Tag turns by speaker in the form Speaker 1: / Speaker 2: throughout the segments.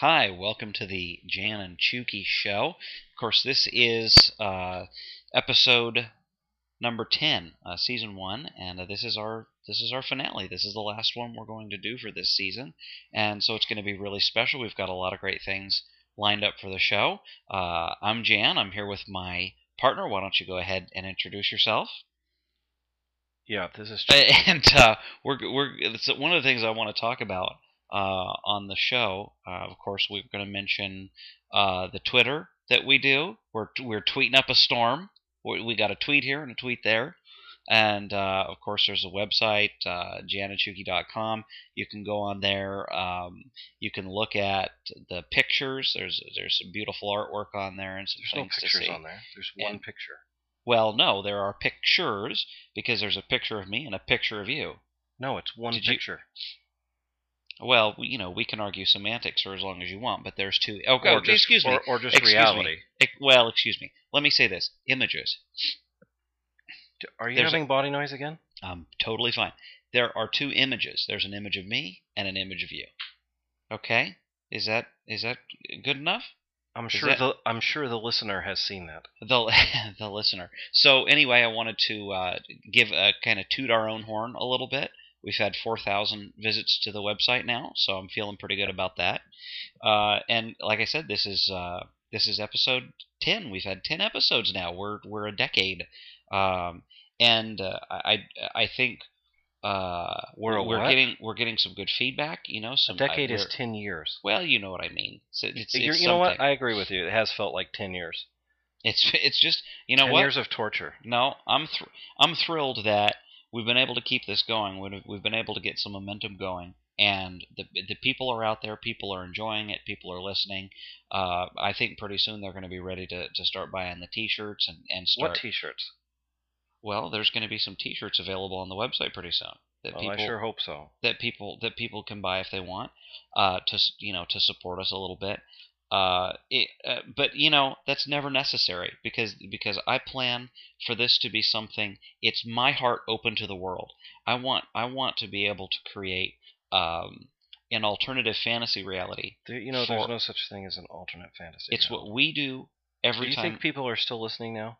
Speaker 1: Hi, welcome to the Jan and Chuki show. Of course, this is uh, episode number ten, uh, season one, and uh, this is our this is our finale. This is the last one we're going to do for this season, and so it's going to be really special. We've got a lot of great things lined up for the show. Uh, I'm Jan. I'm here with my partner. Why don't you go ahead and introduce yourself?
Speaker 2: Yeah, this is
Speaker 1: Uh, and uh, we're we're it's one of the things I want to talk about uh, on the show. Uh, of course, we're going to mention uh, the Twitter that we do. We're we're tweeting up a storm. We, we got a tweet here and a tweet there. And uh, of course, there's a website, uh, janachuki.com. You can go on there. Um, you can look at the pictures. There's there's some beautiful artwork on there and some
Speaker 2: there's no
Speaker 1: things to
Speaker 2: pictures
Speaker 1: see.
Speaker 2: on there. There's one
Speaker 1: And-
Speaker 2: picture.
Speaker 1: Well, no, there are pictures because there's a picture of me and a picture of you.
Speaker 2: No, it's one
Speaker 1: Did you-
Speaker 2: picture.
Speaker 1: Well, we- you know, we can argue semantics for as long as you want, but there's two. Oh,
Speaker 2: or
Speaker 1: or-
Speaker 2: just,
Speaker 1: excuse me.
Speaker 2: Or, or just
Speaker 1: Excuse me.
Speaker 2: reality.
Speaker 1: Ec- well, excuse me. Let me say this: images.
Speaker 2: D- Are you
Speaker 1: There's a-
Speaker 2: having body noise again?
Speaker 1: I'm Um, totally fine. There are two images. There's an image of me and an image of you. Okay, is that is that good enough?
Speaker 2: I'm
Speaker 1: Is
Speaker 2: sure
Speaker 1: that-
Speaker 2: the I'm sure the listener has seen that.
Speaker 1: the the listener. So anyway, I wanted to uh, give a kind of toot our own horn a little bit. We've had four thousand visits to the website now, so I'm feeling pretty good about that. Uh, and like I said, this is uh, this is episode ten. We've had ten episodes now. We're we're a decade, um, and uh, I I I think uh,
Speaker 2: We're a
Speaker 1: we're
Speaker 2: what?
Speaker 1: getting we're getting some good feedback. You know, some
Speaker 2: A decade
Speaker 1: I,
Speaker 2: is
Speaker 1: we're-
Speaker 2: ten years.
Speaker 1: well, you know what I mean. So it's,
Speaker 2: You're-
Speaker 1: it's
Speaker 2: you know what?
Speaker 1: something.
Speaker 2: I agree with you. It has felt like ten years.
Speaker 1: It's it's just you know
Speaker 2: ten
Speaker 1: what
Speaker 2: years of torture.
Speaker 1: No, I'm thr- I'm thrilled that we've been able to keep this going. We've, we've been able to get some momentum going, and the the people are out there. People are enjoying it. People are listening. Uh, I think pretty soon they're going to be ready to, to start buying the t-shirts and and start.
Speaker 2: What T-shirts?
Speaker 1: well, there's going to be some t-shirts available on the website pretty soon that
Speaker 2: Well,
Speaker 1: people
Speaker 2: I sure hope so.
Speaker 1: that people that people can buy if they want uh, to s- you know to support us a little bit. Uh, it, uh, but you know that's never necessary because because I plan for this to be something. It's my heart open to the world. I want I want to be able to create um, an alternative fantasy reality.
Speaker 2: There, you know, there's
Speaker 1: For-
Speaker 2: no such thing as an alternate fantasy.
Speaker 1: It's
Speaker 2: now.
Speaker 1: what we do every
Speaker 2: Do you
Speaker 1: time.
Speaker 2: think people are still listening now?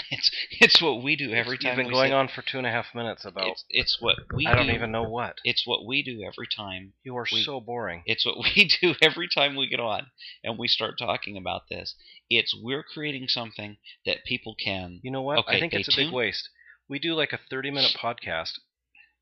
Speaker 1: it's it's what we do every
Speaker 2: It's-
Speaker 1: time.
Speaker 2: You've been
Speaker 1: we
Speaker 2: going
Speaker 1: sit-
Speaker 2: on for two and a half minutes about.
Speaker 1: It's, it's what we
Speaker 2: I don't
Speaker 1: do.
Speaker 2: even know what.
Speaker 1: It's what we do every time
Speaker 2: You are
Speaker 1: we-
Speaker 2: so boring.
Speaker 1: It's what we do every time we get on and we start talking about this. It's we're creating something that people can.
Speaker 2: You know what?
Speaker 1: Okay,
Speaker 2: I think
Speaker 1: they
Speaker 2: it's a big
Speaker 1: tune-
Speaker 2: waste. We do like a 30 minute podcast.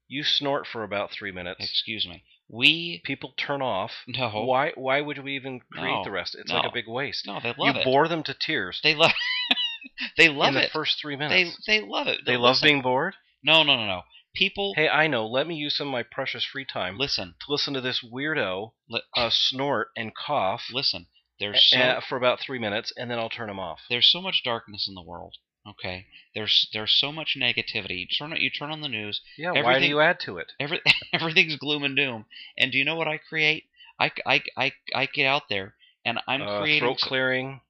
Speaker 2: You snort for about three minutes.
Speaker 1: Excuse me. We
Speaker 2: People turn off.
Speaker 1: no
Speaker 2: Why? Why would we even create
Speaker 1: No,
Speaker 2: the rest? It's
Speaker 1: no,
Speaker 2: like a big waste.
Speaker 1: no. They
Speaker 2: you
Speaker 1: love it.
Speaker 2: bore them to tears
Speaker 1: They love. they
Speaker 2: in
Speaker 1: love
Speaker 2: the
Speaker 1: it.
Speaker 2: first three
Speaker 1: They
Speaker 2: minutes.
Speaker 1: they love it.
Speaker 2: They
Speaker 1: No,
Speaker 2: love
Speaker 1: listen.
Speaker 2: being bored.
Speaker 1: No no no no. People
Speaker 2: Hey, I know. Let me use some of my precious free time
Speaker 1: listen.
Speaker 2: to listen to this weirdo
Speaker 1: Li-
Speaker 2: uh, snort and cough
Speaker 1: listen.
Speaker 2: a-
Speaker 1: There's so
Speaker 2: uh, for about three minutes, and then I'll turn them off.
Speaker 1: there's so much darkness in the world. Okay. There's there's so much negativity. You turn you turn on the news.
Speaker 2: Yeah. Why do
Speaker 1: everything-
Speaker 2: you add to it?
Speaker 1: Every, everything's gloom and doom. And do you know what I create? I, I, I, I get out there and I'm
Speaker 2: Uh,
Speaker 1: creating.
Speaker 2: throat
Speaker 1: so-
Speaker 2: clearing,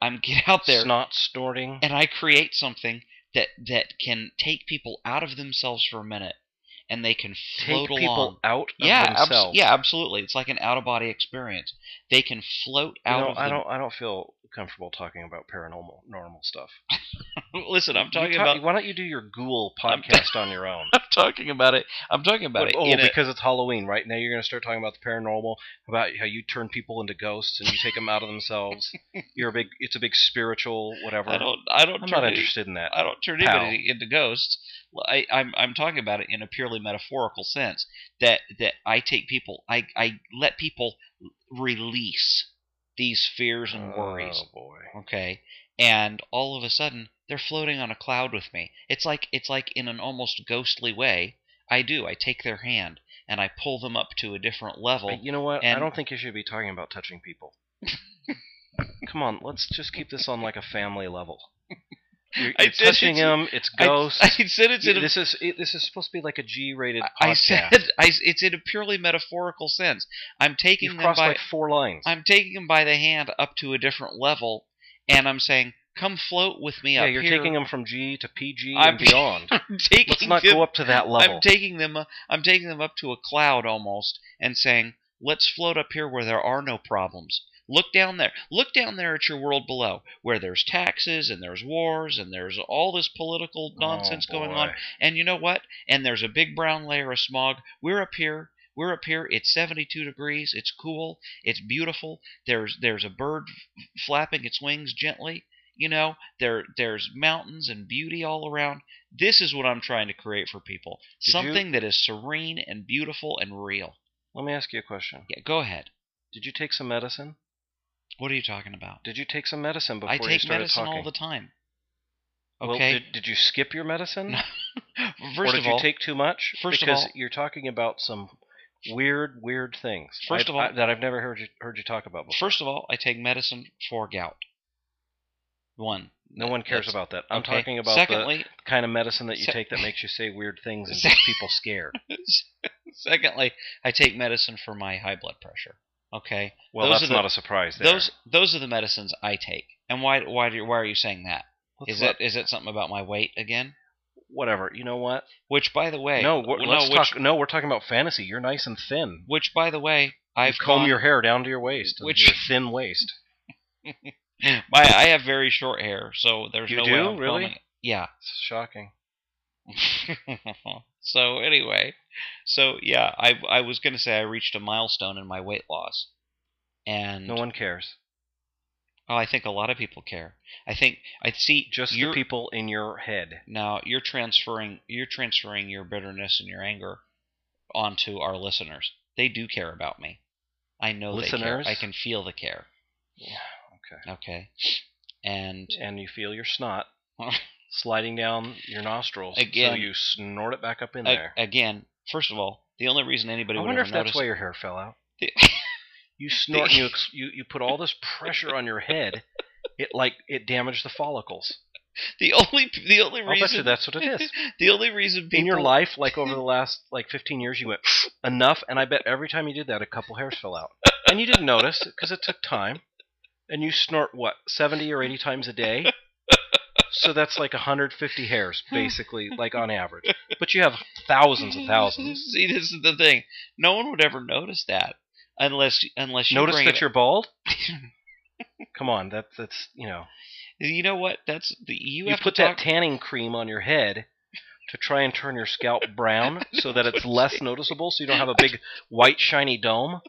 Speaker 1: I'm get out there
Speaker 2: snot snorting.
Speaker 1: and I create something that that can take people out of themselves for a minute, and they can
Speaker 2: Take
Speaker 1: float
Speaker 2: people
Speaker 1: along.
Speaker 2: out of
Speaker 1: yeah, abs-
Speaker 2: themselves.
Speaker 1: yeah, absolutely. It's like an out of body experience. They can float
Speaker 2: You
Speaker 1: out
Speaker 2: know,
Speaker 1: of.
Speaker 2: I
Speaker 1: them-
Speaker 2: don't. I don't feel comfortable talking about paranormal normal stuff.
Speaker 1: Listen, I'm
Speaker 2: You
Speaker 1: talking
Speaker 2: ta-
Speaker 1: about.
Speaker 2: Why don't you do your ghoul
Speaker 1: I'm-
Speaker 2: podcast on your own?
Speaker 1: I'm talking about it. I'm talking about it.
Speaker 2: oh,
Speaker 1: in a-
Speaker 2: because it's Halloween, right? Now you're going to start talking about the paranormal, about how you turn people into ghosts and you take them out of themselves. You're a big. It's a big spiritual whatever.
Speaker 1: I don't. I don't.
Speaker 2: I'm
Speaker 1: turn
Speaker 2: not
Speaker 1: it-
Speaker 2: interested in that.
Speaker 1: I don't turn
Speaker 2: How?
Speaker 1: anybody into ghosts. Well, I, I'm I'm talking about it in a purely metaphorical sense. That that I take people, I I let people release these fears and worries.
Speaker 2: Oh boy.
Speaker 1: Okay, and all of a sudden they're floating on a cloud with me. It's like it's like in an almost ghostly way. I do. I take their hand and I pull them up to a different level.
Speaker 2: But you know what? I
Speaker 1: and-
Speaker 2: don't think you should be talking about touching people. Come on, let's just keep this on like a family level. You're,
Speaker 1: I
Speaker 2: you're
Speaker 1: did-
Speaker 2: touching them. It's
Speaker 1: I-
Speaker 2: ghosts.
Speaker 1: I, said it's in a
Speaker 2: this is it, this is supposed to be like a G-rated podcast.
Speaker 1: I said I, it's in a purely metaphorical sense. I'm taking
Speaker 2: You've
Speaker 1: them
Speaker 2: crossed
Speaker 1: by
Speaker 2: like four lines.
Speaker 1: I'm taking them by the hand up to a different level, and I'm saying, "Come float with me
Speaker 2: yeah,
Speaker 1: up
Speaker 2: you're
Speaker 1: here."
Speaker 2: taking them from G to PG
Speaker 1: I'm-
Speaker 2: and beyond.
Speaker 1: I'm taking
Speaker 2: Let's not
Speaker 1: them,
Speaker 2: go up to that level.
Speaker 1: I'm taking them. uh, I'm taking them up to a cloud almost, and saying, Let's float up here where there are no problems. Look down there. Look down there at your world below, where there's taxes and there's wars and there's all this political
Speaker 2: Oh,
Speaker 1: nonsense going on. And you know what? And there's a big brown layer of smog. We're up here. We're up here. It's 72 degrees. It's cool. It's beautiful. There's there's a bird f- flapping its wings gently. You know, there there's mountains and beauty all around. This is what I'm trying to create for people.
Speaker 2: Did you-
Speaker 1: Something that is serene and beautiful and real.
Speaker 2: Let me ask you a question.
Speaker 1: Yeah, go ahead.
Speaker 2: Did you take some medicine?
Speaker 1: What are you talking about?
Speaker 2: Did you take some medicine before
Speaker 1: I
Speaker 2: you
Speaker 1: take
Speaker 2: started
Speaker 1: medicine
Speaker 2: talking?
Speaker 1: all the time.
Speaker 2: Well,
Speaker 1: Okay.
Speaker 2: did, did you skip your medicine?
Speaker 1: No,
Speaker 2: or
Speaker 1: first
Speaker 2: did
Speaker 1: of all,
Speaker 2: you take too much?
Speaker 1: first of
Speaker 2: because
Speaker 1: all-
Speaker 2: you're talking about some weird, weird things.
Speaker 1: First
Speaker 2: I've-
Speaker 1: of all-
Speaker 2: I- that I've never heard you heard you talk about before.
Speaker 1: first of all, I take medicine for gout. One.
Speaker 2: no one cares
Speaker 1: that's-
Speaker 2: about that. I'm
Speaker 1: okay.
Speaker 2: talking about
Speaker 1: Secondly,
Speaker 2: the kind of medicine that you
Speaker 1: Se-
Speaker 2: take that makes you say weird things and
Speaker 1: Se-
Speaker 2: gets people scared.
Speaker 1: Secondly, I take medicine for my high blood pressure. Okay,
Speaker 2: Well,
Speaker 1: Those
Speaker 2: that's
Speaker 1: are the-
Speaker 2: not a surprise. There.
Speaker 1: those those are the medicines I take. And why why do, why are you saying that?
Speaker 2: Let's
Speaker 1: Is
Speaker 2: let-
Speaker 1: it is it something about my weight again?
Speaker 2: whatever? You know what?
Speaker 1: Which by the way,
Speaker 2: no, wh-
Speaker 1: well,
Speaker 2: let's
Speaker 1: which,
Speaker 2: talk. No, we're talking about fantasy. You're nice and thin.
Speaker 1: which by the way, I've
Speaker 2: you comb
Speaker 1: gone-
Speaker 2: your hair down to your waist. and
Speaker 1: Which-
Speaker 2: your thin waist.
Speaker 1: my I have very short hair, so there's
Speaker 2: You
Speaker 1: no way
Speaker 2: do?
Speaker 1: I'm
Speaker 2: Really?
Speaker 1: combing it. Yeah.
Speaker 2: It's shocking.
Speaker 1: so anyway, so yeah, I I was gonna say I reached a milestone in my weight loss, and
Speaker 2: No one cares.
Speaker 1: oh, I think a lot of people care. I think I see
Speaker 2: Just
Speaker 1: you're,
Speaker 2: the people in your head.
Speaker 1: now you're transferring you're transferring your bitterness and your anger onto our listeners. They do care about me. I know
Speaker 2: Listeners?
Speaker 1: they care. I can feel the care.
Speaker 2: Yeah, okay.
Speaker 1: Okay, and
Speaker 2: And you feel your snot sliding down your nostrils. So
Speaker 1: Again.
Speaker 2: you snort it back up in
Speaker 1: a-
Speaker 2: there.
Speaker 1: again, first of all, the only reason anybody
Speaker 2: I
Speaker 1: would
Speaker 2: wonder
Speaker 1: ever
Speaker 2: if that's
Speaker 1: notice-
Speaker 2: why your hair fell out.
Speaker 1: The-
Speaker 2: You snort and you, ex- you you put all this pressure on your head. It like it damaged the follicles.
Speaker 1: the only the only
Speaker 2: I'll bet you
Speaker 1: reason
Speaker 2: that's what it is.
Speaker 1: the only reason people
Speaker 2: In your life, like over the last like 15 years, you went enough, and I bet every time you did that, a couple hairs fell out, and you didn't notice because it took time. And you snort what 70 or 80 times a day, so that's like 150 hairs basically, like on average. But you have thousands and thousands.
Speaker 1: See, this is the thing. No one would ever notice that unless unless you
Speaker 2: Notice
Speaker 1: bring
Speaker 2: that
Speaker 1: it-
Speaker 2: you're bald. Come on, that that's you know
Speaker 1: You know what? That's the you,
Speaker 2: you,
Speaker 1: have
Speaker 2: put
Speaker 1: to talk.
Speaker 2: that tanning cream on your head to try and turn your scalp brown so that it's less noticeable, so you don't have a big white shiny dome.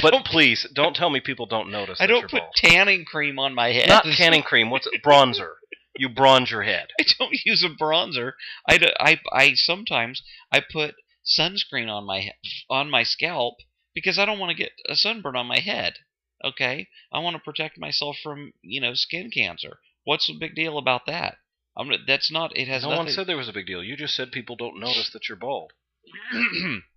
Speaker 2: But please, don't tell me people don't notice.
Speaker 1: I
Speaker 2: that
Speaker 1: don't
Speaker 2: you're
Speaker 1: put
Speaker 2: bald.
Speaker 1: tanning cream on my head.
Speaker 2: not tanning cream. What's it? bronzer? You bronze your head.
Speaker 1: I don't use a bronzer. I, do- I, I sometimes I put sunscreen on my he- on my scalp because I don't want to get a sunburn on my head. Okay, I want to protect myself from you know skin cancer. What's the big deal about that? I'm not- that's not it has
Speaker 2: no
Speaker 1: nothing.
Speaker 2: one said there was a big deal. You just said people don't notice that you're bald.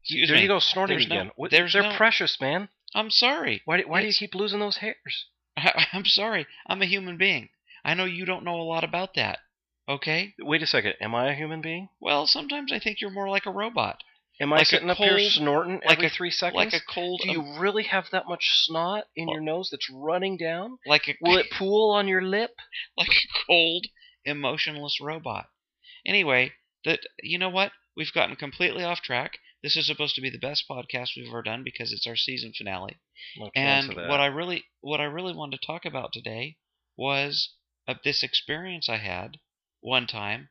Speaker 1: Excuse
Speaker 2: there
Speaker 1: me.
Speaker 2: you go, snorting
Speaker 1: There's no-
Speaker 2: again. What-
Speaker 1: there's
Speaker 2: they're
Speaker 1: no-
Speaker 2: precious, man.
Speaker 1: I'm sorry.
Speaker 2: Why, do- why do you
Speaker 1: It's-
Speaker 2: keep losing those hairs?
Speaker 1: I, I'm sorry. I'm a human being. I know you don't know a lot about that. Okay.
Speaker 2: Wait a second. Am I a human being?
Speaker 1: Well, sometimes I think you're more like a robot,
Speaker 2: Am I
Speaker 1: Like a
Speaker 2: sitting up here
Speaker 1: cold-
Speaker 2: snorting
Speaker 1: like
Speaker 2: every
Speaker 1: a-
Speaker 2: three seconds?
Speaker 1: like a cold,
Speaker 2: Do you really have that much snot in your nose that's running down?
Speaker 1: like a
Speaker 2: Will it pool on your lip?
Speaker 1: like a cold, emotionless robot. Anyway, that you know what? We've gotten completely off track. This is supposed to be the best podcast we've ever done because it's our season finale.
Speaker 2: No chance
Speaker 1: And
Speaker 2: of that.
Speaker 1: what I really what I really wanted to talk about today was of this experience I had one time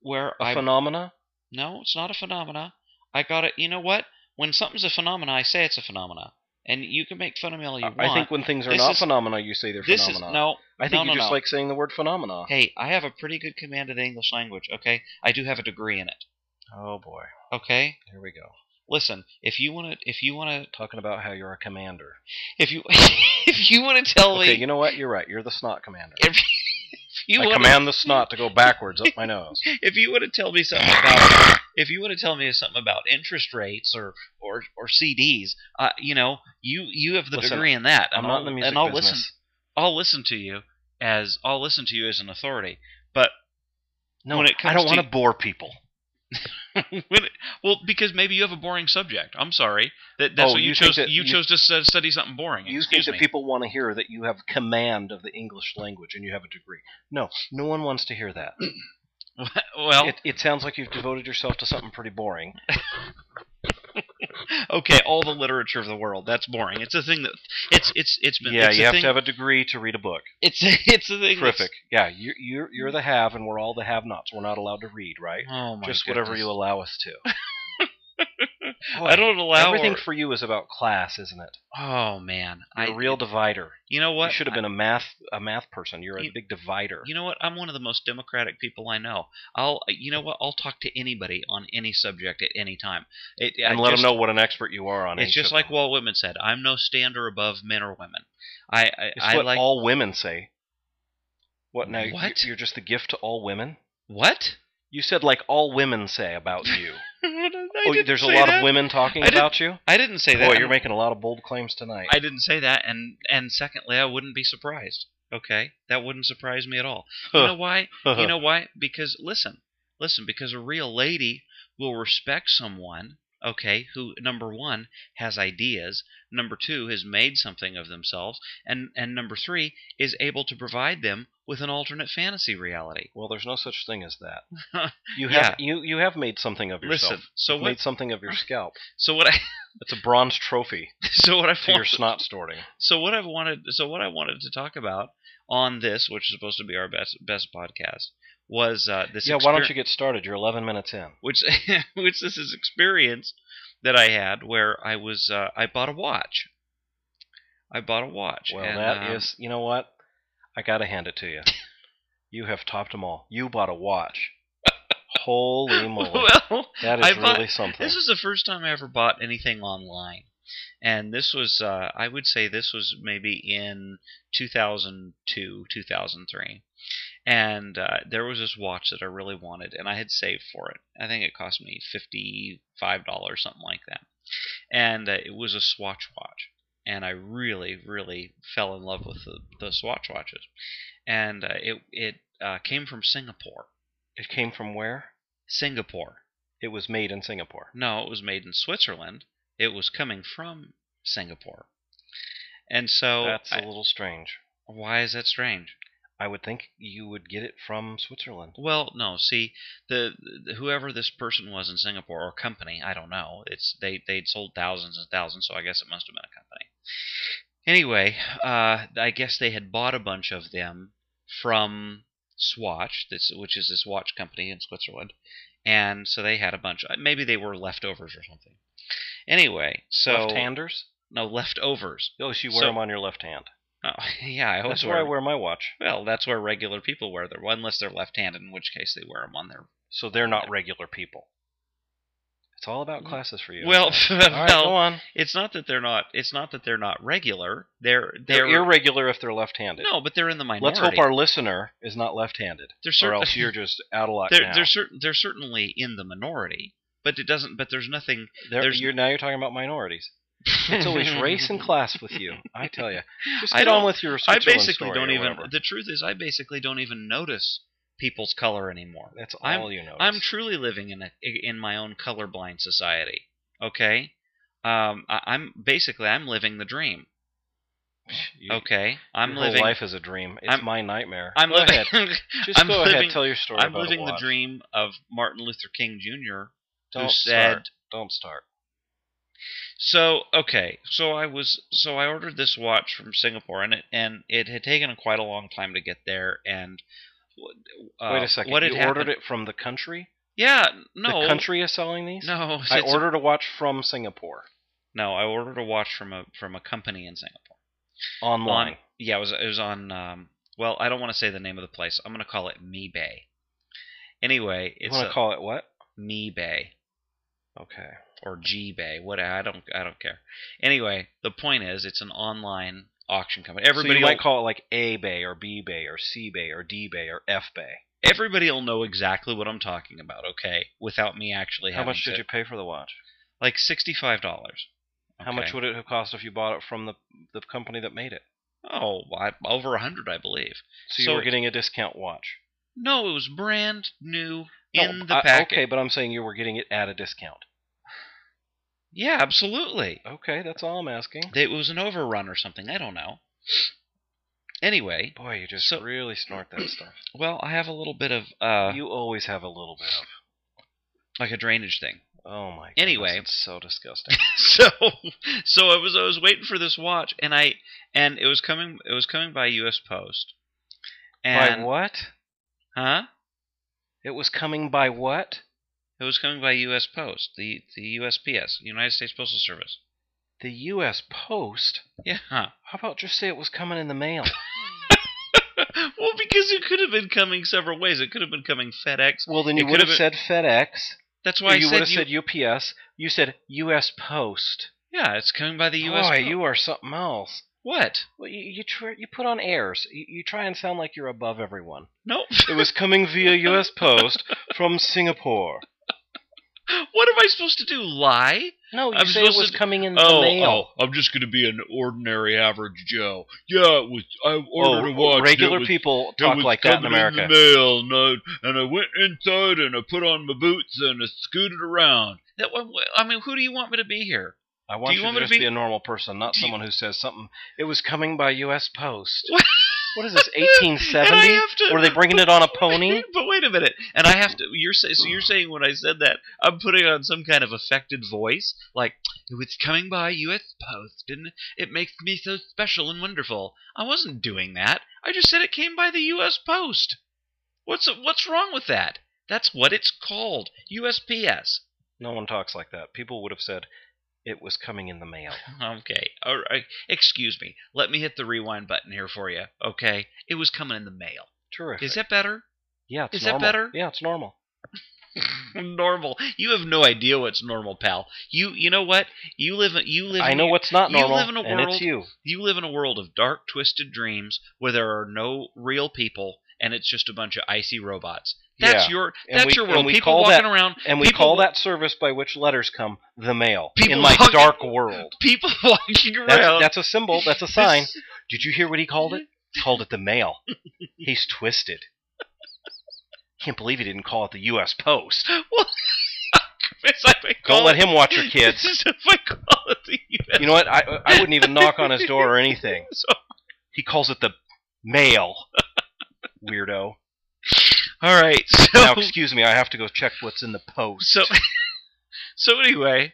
Speaker 1: where
Speaker 2: a
Speaker 1: I
Speaker 2: phenomena?
Speaker 1: no, it's not a phenomena. I got it. You know what? When something's a phenomena, I say it's a phenomena. And you can make fun of me all you want.
Speaker 2: I think when things are
Speaker 1: This
Speaker 2: not
Speaker 1: is-
Speaker 2: phenomena, you say they're
Speaker 1: this is
Speaker 2: phenomena.
Speaker 1: no.
Speaker 2: I think
Speaker 1: no,
Speaker 2: you
Speaker 1: no,
Speaker 2: just
Speaker 1: no.
Speaker 2: like saying the word phenomena.
Speaker 1: Hey, I have a pretty good command of the English language. Okay, I do have a degree in it.
Speaker 2: Oh boy,
Speaker 1: Okay,
Speaker 2: here we go.
Speaker 1: listen. If you want to, if you want to,
Speaker 2: Talking about how you're a commander.
Speaker 1: if you, if you want to tell
Speaker 2: Okay,
Speaker 1: me,
Speaker 2: you know what? You're right. You're the snot commander.
Speaker 1: if, if you
Speaker 2: I
Speaker 1: want,
Speaker 2: command the snot to go backwards up my nose.
Speaker 1: if you want to tell me something about, if you want to tell me something about interest rates or or or CDs, uh, you know, you you have the
Speaker 2: Listen,
Speaker 1: degree in that.
Speaker 2: I'm
Speaker 1: and
Speaker 2: not
Speaker 1: I'll-
Speaker 2: in the music
Speaker 1: and I'll
Speaker 2: business.
Speaker 1: listen. I'll listen to you as I'll listen to you as an authority. But
Speaker 2: No,
Speaker 1: When it
Speaker 2: I
Speaker 1: comes
Speaker 2: don't
Speaker 1: to-
Speaker 2: want to bore people.
Speaker 1: when it- well, because maybe you have a boring subject. I'm sorry that that's
Speaker 2: Oh,
Speaker 1: what you,
Speaker 2: you think
Speaker 1: chose.
Speaker 2: that-
Speaker 1: you,
Speaker 2: you-
Speaker 1: chose to s- study something boring.
Speaker 2: You think
Speaker 1: Excuse
Speaker 2: that
Speaker 1: me.
Speaker 2: people want to hear that you have command of the English language and you have a degree. No, no one wants to hear that.
Speaker 1: well,
Speaker 2: Oh. It, it sounds like you've devoted yourself to something pretty boring.
Speaker 1: okay, all the literature of the world. That's boring. It's a thing that it's it's it's been.
Speaker 2: yeah,
Speaker 1: it's
Speaker 2: you
Speaker 1: a
Speaker 2: have
Speaker 1: thing,
Speaker 2: to have a degree to read a book.
Speaker 1: It's it's a thing. that's-
Speaker 2: Terrific. Yeah, you're, you're you're the have, and we're all the have-nots. We're not allowed to read, right?
Speaker 1: Oh my
Speaker 2: Just whatever
Speaker 1: goodness.
Speaker 2: you allow us to. Boy,
Speaker 1: I don't allow
Speaker 2: Everything
Speaker 1: or-
Speaker 2: for you is about class, isn't it?
Speaker 1: oh man,
Speaker 2: You're
Speaker 1: I
Speaker 2: a real divider.
Speaker 1: You know what?
Speaker 2: You should have been a math a math person. You're a
Speaker 1: You-
Speaker 2: big divider.
Speaker 1: You know what? I'm one of the most democratic people I know. I'll, you know what? I'll talk to anybody on any subject at any time. It, I
Speaker 2: and let
Speaker 1: just-
Speaker 2: them know what an expert you are on.
Speaker 1: It's
Speaker 2: each
Speaker 1: just
Speaker 2: of
Speaker 1: like
Speaker 2: them.
Speaker 1: Walt Whitman said. I'm no standard above men or women. I, I,
Speaker 2: It's
Speaker 1: I
Speaker 2: what
Speaker 1: like
Speaker 2: all women say. What now? you-
Speaker 1: What?
Speaker 2: You're just a gift to all women.
Speaker 1: what?
Speaker 2: You said like all women say about you. oh,
Speaker 1: didn't
Speaker 2: there's a
Speaker 1: say
Speaker 2: lot
Speaker 1: that.
Speaker 2: of women talking
Speaker 1: I didn't
Speaker 2: about you.
Speaker 1: I didn't say that.
Speaker 2: Boy,
Speaker 1: I'm-
Speaker 2: you're making a lot of bold claims tonight.
Speaker 1: I didn't say that, and and secondly, I wouldn't be surprised. Okay, that wouldn't surprise me at all. You know why? you know why? Because listen, listen. Because a real lady will respect someone, okay, who number one has ideas, number two has made something of themselves, and and number three is able to provide them with an alternate fantasy reality.
Speaker 2: Well, there's no such thing as that. You
Speaker 1: Yeah.
Speaker 2: have you you have made something of yourself.
Speaker 1: Listen. So
Speaker 2: You've made
Speaker 1: what?
Speaker 2: something of your scalp.
Speaker 1: So what? I,
Speaker 2: It's a bronze trophy
Speaker 1: so what I
Speaker 2: to your
Speaker 1: want-
Speaker 2: snot snorting.
Speaker 1: so what I've wanted so what I wanted to talk about on this, which is supposed to be our best best podcast, was uh, this.
Speaker 2: Yeah, why
Speaker 1: exper-
Speaker 2: don't you get started? You're 11 minutes in.
Speaker 1: Which which this is experience that I had where I was uh, I bought a watch. I bought a watch.
Speaker 2: Well,
Speaker 1: and,
Speaker 2: that is,
Speaker 1: um,
Speaker 2: you know what? I gotta hand it to you. You have topped them all. You bought a watch. Holy moly!
Speaker 1: well.
Speaker 2: That
Speaker 1: I
Speaker 2: is
Speaker 1: bought-
Speaker 2: really something.
Speaker 1: This is the first time I ever bought anything online, and this was uh, I would say this was maybe in 2002, 2003, and uh, there was this watch that I really wanted, and I had saved for it. I think it cost me fifty five dollars, something like that, and uh, it was a Swatch watch, and I really, really fell in love with the, the Swatch watches, and uh, it it uh, came from Singapore,
Speaker 2: It came from where?
Speaker 1: Singapore.
Speaker 2: It was made in Singapore.
Speaker 1: No, it was made in Switzerland. It was coming from Singapore. And so,
Speaker 2: That's a
Speaker 1: Oh, I-
Speaker 2: little strange.
Speaker 1: why is that strange?
Speaker 2: I would think you would get it from Switzerland.
Speaker 1: Well, no. See, the, the whoever this person was in Singapore or company, I don't know. It's they they'd sold thousands and thousands, so I guess it must have been a company. Anyway, uh, I guess they had bought a bunch of them from Swatch, this, which is this watch company in Switzerland, and so they had a bunch. uh, Maybe they were leftovers or something. Anyway, so
Speaker 2: Left-handers?
Speaker 1: no leftovers.
Speaker 2: Oh, so you wear
Speaker 1: So-
Speaker 2: them on your left hand.
Speaker 1: Oh, yeah, I always
Speaker 2: That's
Speaker 1: wear.
Speaker 2: where I wear my watch.
Speaker 1: Well, that's where regular people wear their well, unless they're left-handed, in which case they wear them on their.
Speaker 2: So they're not regular people. It's all about classes for you.
Speaker 1: Mm. Well,
Speaker 2: okay? all right, go
Speaker 1: well,
Speaker 2: on.
Speaker 1: it's not that they're not. It's not that they're not regular. They're
Speaker 2: They're,
Speaker 1: they're,
Speaker 2: irregular if they're left-handed.
Speaker 1: no, but they're in the minority.
Speaker 2: Let's hope our listener is not left-handed,
Speaker 1: they're
Speaker 2: or
Speaker 1: certain,
Speaker 2: else you're just out of luck
Speaker 1: they're,
Speaker 2: now.
Speaker 1: they're certain they're certainly in the minority, but it doesn't. But there's nothing.
Speaker 2: There-
Speaker 1: there's-
Speaker 2: you're now you're talking about minorities. It's always race and class with you. I tell you, just
Speaker 1: I
Speaker 2: get on
Speaker 1: don't-
Speaker 2: with your
Speaker 1: I
Speaker 2: Switzerland
Speaker 1: basically
Speaker 2: story or
Speaker 1: don't even.
Speaker 2: whatever.
Speaker 1: The truth is, I basically don't even notice people's color anymore.
Speaker 2: That's all
Speaker 1: I'm-
Speaker 2: you know.
Speaker 1: I'm truly living in a in my own colorblind society. Okay, um, I, I'm basically I'm living the dream. Okay, I'm
Speaker 2: your
Speaker 1: living.
Speaker 2: Whole life is a dream. It's
Speaker 1: I'm-
Speaker 2: my nightmare.
Speaker 1: I'm
Speaker 2: go
Speaker 1: living.
Speaker 2: ahead. Just
Speaker 1: I'm
Speaker 2: go
Speaker 1: living-
Speaker 2: ahead. Tell your story.
Speaker 1: I'm
Speaker 2: about a
Speaker 1: living the
Speaker 2: watch.
Speaker 1: dream of Martin Luther King Jr.
Speaker 2: Don't
Speaker 1: who
Speaker 2: start.
Speaker 1: said
Speaker 2: Don't start.
Speaker 1: so. Okay, so I was so I ordered this watch from Singapore, and it and it had taken quite a long time to get there. And uh,
Speaker 2: Wait a second.
Speaker 1: What
Speaker 2: you
Speaker 1: had
Speaker 2: ordered
Speaker 1: happened-
Speaker 2: it from the country?
Speaker 1: Yeah, no,
Speaker 2: The country is selling these?
Speaker 1: no.
Speaker 2: I
Speaker 1: it's-
Speaker 2: ordered a watch from Singapore
Speaker 1: no. I ordered a watch from a from a company in Singapore.
Speaker 2: online.
Speaker 1: on yeah it was it was on um well i don't want to say the name of the place i'm going to call it meebay anyway
Speaker 2: you
Speaker 1: it's
Speaker 2: want to
Speaker 1: a
Speaker 2: call it what?
Speaker 1: meebay
Speaker 2: Okay.
Speaker 1: or gbay what i don't i don't care anyway the point is it's an online auction company
Speaker 2: so
Speaker 1: everybody
Speaker 2: you might
Speaker 1: will,
Speaker 2: call it like A Bay or B Bay or C Bay or D Bay or F Bay.
Speaker 1: everybody will know exactly what i'm talking about okay without me actually
Speaker 2: How
Speaker 1: having
Speaker 2: much did
Speaker 1: to-
Speaker 2: you pay for the watch?
Speaker 1: like $65
Speaker 2: How much
Speaker 1: Okay.
Speaker 2: would it have cost if you bought it from the the company that made it?
Speaker 1: oh I, over 100 i believe
Speaker 2: So you
Speaker 1: So-
Speaker 2: were getting a discount watch.
Speaker 1: no it was brand new
Speaker 2: No,
Speaker 1: in the
Speaker 2: I-
Speaker 1: packet
Speaker 2: okay, but I'm saying you were getting it at a discount.
Speaker 1: yeah absolutely
Speaker 2: Okay, that's all I'm asking.
Speaker 1: They- it was an overrun or something. I don't know. Anyway,
Speaker 2: Boy, you just
Speaker 1: So-
Speaker 2: really snort that stuff.
Speaker 1: well, I have a little bit of uh,
Speaker 2: you always have a little bit of.
Speaker 1: like a drainage thing.
Speaker 2: Oh my. Goodness,
Speaker 1: Anyway.
Speaker 2: it's so disgusting.
Speaker 1: so so I was I was waiting for this watch and I and it was coming it was coming by US Post. And
Speaker 2: by what?
Speaker 1: huh?
Speaker 2: It was coming by what?
Speaker 1: It was coming by US Post, the the USPS, United States Postal Service.
Speaker 2: The U.S. Post.
Speaker 1: Yeah.
Speaker 2: How about just say it was coming in the mail?
Speaker 1: well, because it could have been coming several ways. It could have been coming FedEx.
Speaker 2: Well, then
Speaker 1: It
Speaker 2: you
Speaker 1: could
Speaker 2: would have
Speaker 1: have
Speaker 2: said FedEx.
Speaker 1: That's
Speaker 2: Or
Speaker 1: why
Speaker 2: you
Speaker 1: I
Speaker 2: would
Speaker 1: said,
Speaker 2: have said UPS. You said U.S. Post.
Speaker 1: yeah, it's coming by the US.
Speaker 2: Boy,
Speaker 1: Po-
Speaker 2: you are something else.
Speaker 1: what?
Speaker 2: Well, you you, tr- you put on airs. You, you try and sound like you're above everyone.
Speaker 1: Nope.
Speaker 2: It was coming via U.S. Post from Singapore.
Speaker 1: what am I supposed to do? Lie?
Speaker 2: No, you
Speaker 1: I'm
Speaker 2: say it
Speaker 1: supposed
Speaker 2: was
Speaker 1: to-
Speaker 2: coming in the
Speaker 1: Oh,
Speaker 2: mail.
Speaker 1: oh, I'm just going to be an ordinary average Joe. Yeah, it was. I ordered a
Speaker 2: Oh,
Speaker 1: watch. and it
Speaker 2: regular
Speaker 1: was-
Speaker 2: people
Speaker 1: it
Speaker 2: talk
Speaker 1: was
Speaker 2: like that in
Speaker 1: coming
Speaker 2: America.
Speaker 1: the mail, and I, and I went inside and I put on my boots and I scooted around. That one, I mean, who do you want me to be here?
Speaker 2: I want
Speaker 1: you
Speaker 2: you,
Speaker 1: want
Speaker 2: to
Speaker 1: me to
Speaker 2: just
Speaker 1: be-
Speaker 2: be... a normal person, not
Speaker 1: Do you-
Speaker 2: someone who says something. It was coming by U.S. Post.
Speaker 1: What?
Speaker 2: what is this,
Speaker 1: And I
Speaker 2: 1870?
Speaker 1: have to-
Speaker 2: Were they bringing it on a pony?
Speaker 1: but wait a minute, and I have to. You're say, so you're saying when I said that I'm putting on some kind of affected voice, like it was coming by U.S. Post, and it makes me so special and wonderful. I wasn't doing that. I just said it came by the U.S. Post. What's what's wrong with that? That's what it's called, USPS.
Speaker 2: No one talks like that. People would have said it was coming in the mail.
Speaker 1: Okay. All right. Excuse me. Let me hit the rewind button here for you. Okay. It was coming in the mail.
Speaker 2: Terrific.
Speaker 1: Is that better?
Speaker 2: Yeah, it's
Speaker 1: is that
Speaker 2: normal.
Speaker 1: better?
Speaker 2: Yeah, it's normal.
Speaker 1: normal. You have no idea what's normal, pal. You you know what? You live in- you live
Speaker 2: I
Speaker 1: in
Speaker 2: know
Speaker 1: a-
Speaker 2: what's not
Speaker 1: you
Speaker 2: normal,
Speaker 1: live in a
Speaker 2: and
Speaker 1: world-
Speaker 2: it's you.
Speaker 1: you live in a world of dark twisted dreams where there are no real people and it's just a bunch of icy robots. That's
Speaker 2: Yeah.
Speaker 1: your
Speaker 2: And
Speaker 1: that's
Speaker 2: we-
Speaker 1: your
Speaker 2: and
Speaker 1: world.
Speaker 2: we
Speaker 1: People
Speaker 2: call
Speaker 1: walking
Speaker 2: that-
Speaker 1: around
Speaker 2: And we
Speaker 1: people
Speaker 2: call
Speaker 1: wa-
Speaker 2: that service by which letters come the mail
Speaker 1: People
Speaker 2: in my
Speaker 1: walking-
Speaker 2: dark world.
Speaker 1: people walking around.
Speaker 2: That's, that's a symbol. That's a sign.
Speaker 1: This-
Speaker 2: Did you hear what he called it? Called it the mail. He's twisted. Can't believe he didn't call it the U.S. Post.
Speaker 1: well, it's like they
Speaker 2: Don't
Speaker 1: call
Speaker 2: let
Speaker 1: it-
Speaker 2: him watch your kids.
Speaker 1: It's like they call it the US
Speaker 2: You know what? I I wouldn't even knock on his door or anything.
Speaker 1: So-
Speaker 2: He calls it the mail. Weirdo.
Speaker 1: All right. So
Speaker 2: Now, excuse me. I have to go check what's in the post.
Speaker 1: so so anyway,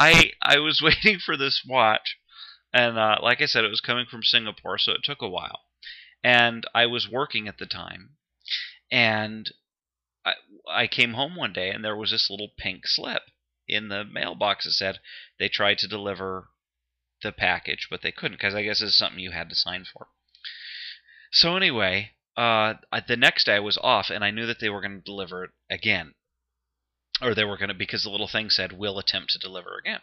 Speaker 1: I I was waiting for this watch, and uh, like I said, it was coming from Singapore, so it took a while, and I was working at the time, and I I came home one day and there was this little pink slip in the mailbox that said they tried to deliver the package, but they couldn't because I guess it's something you had to sign for. So anyway. Uh, I- the next day I was off, and I knew that they were going to deliver it again or they were going to because the little thing said will attempt to deliver again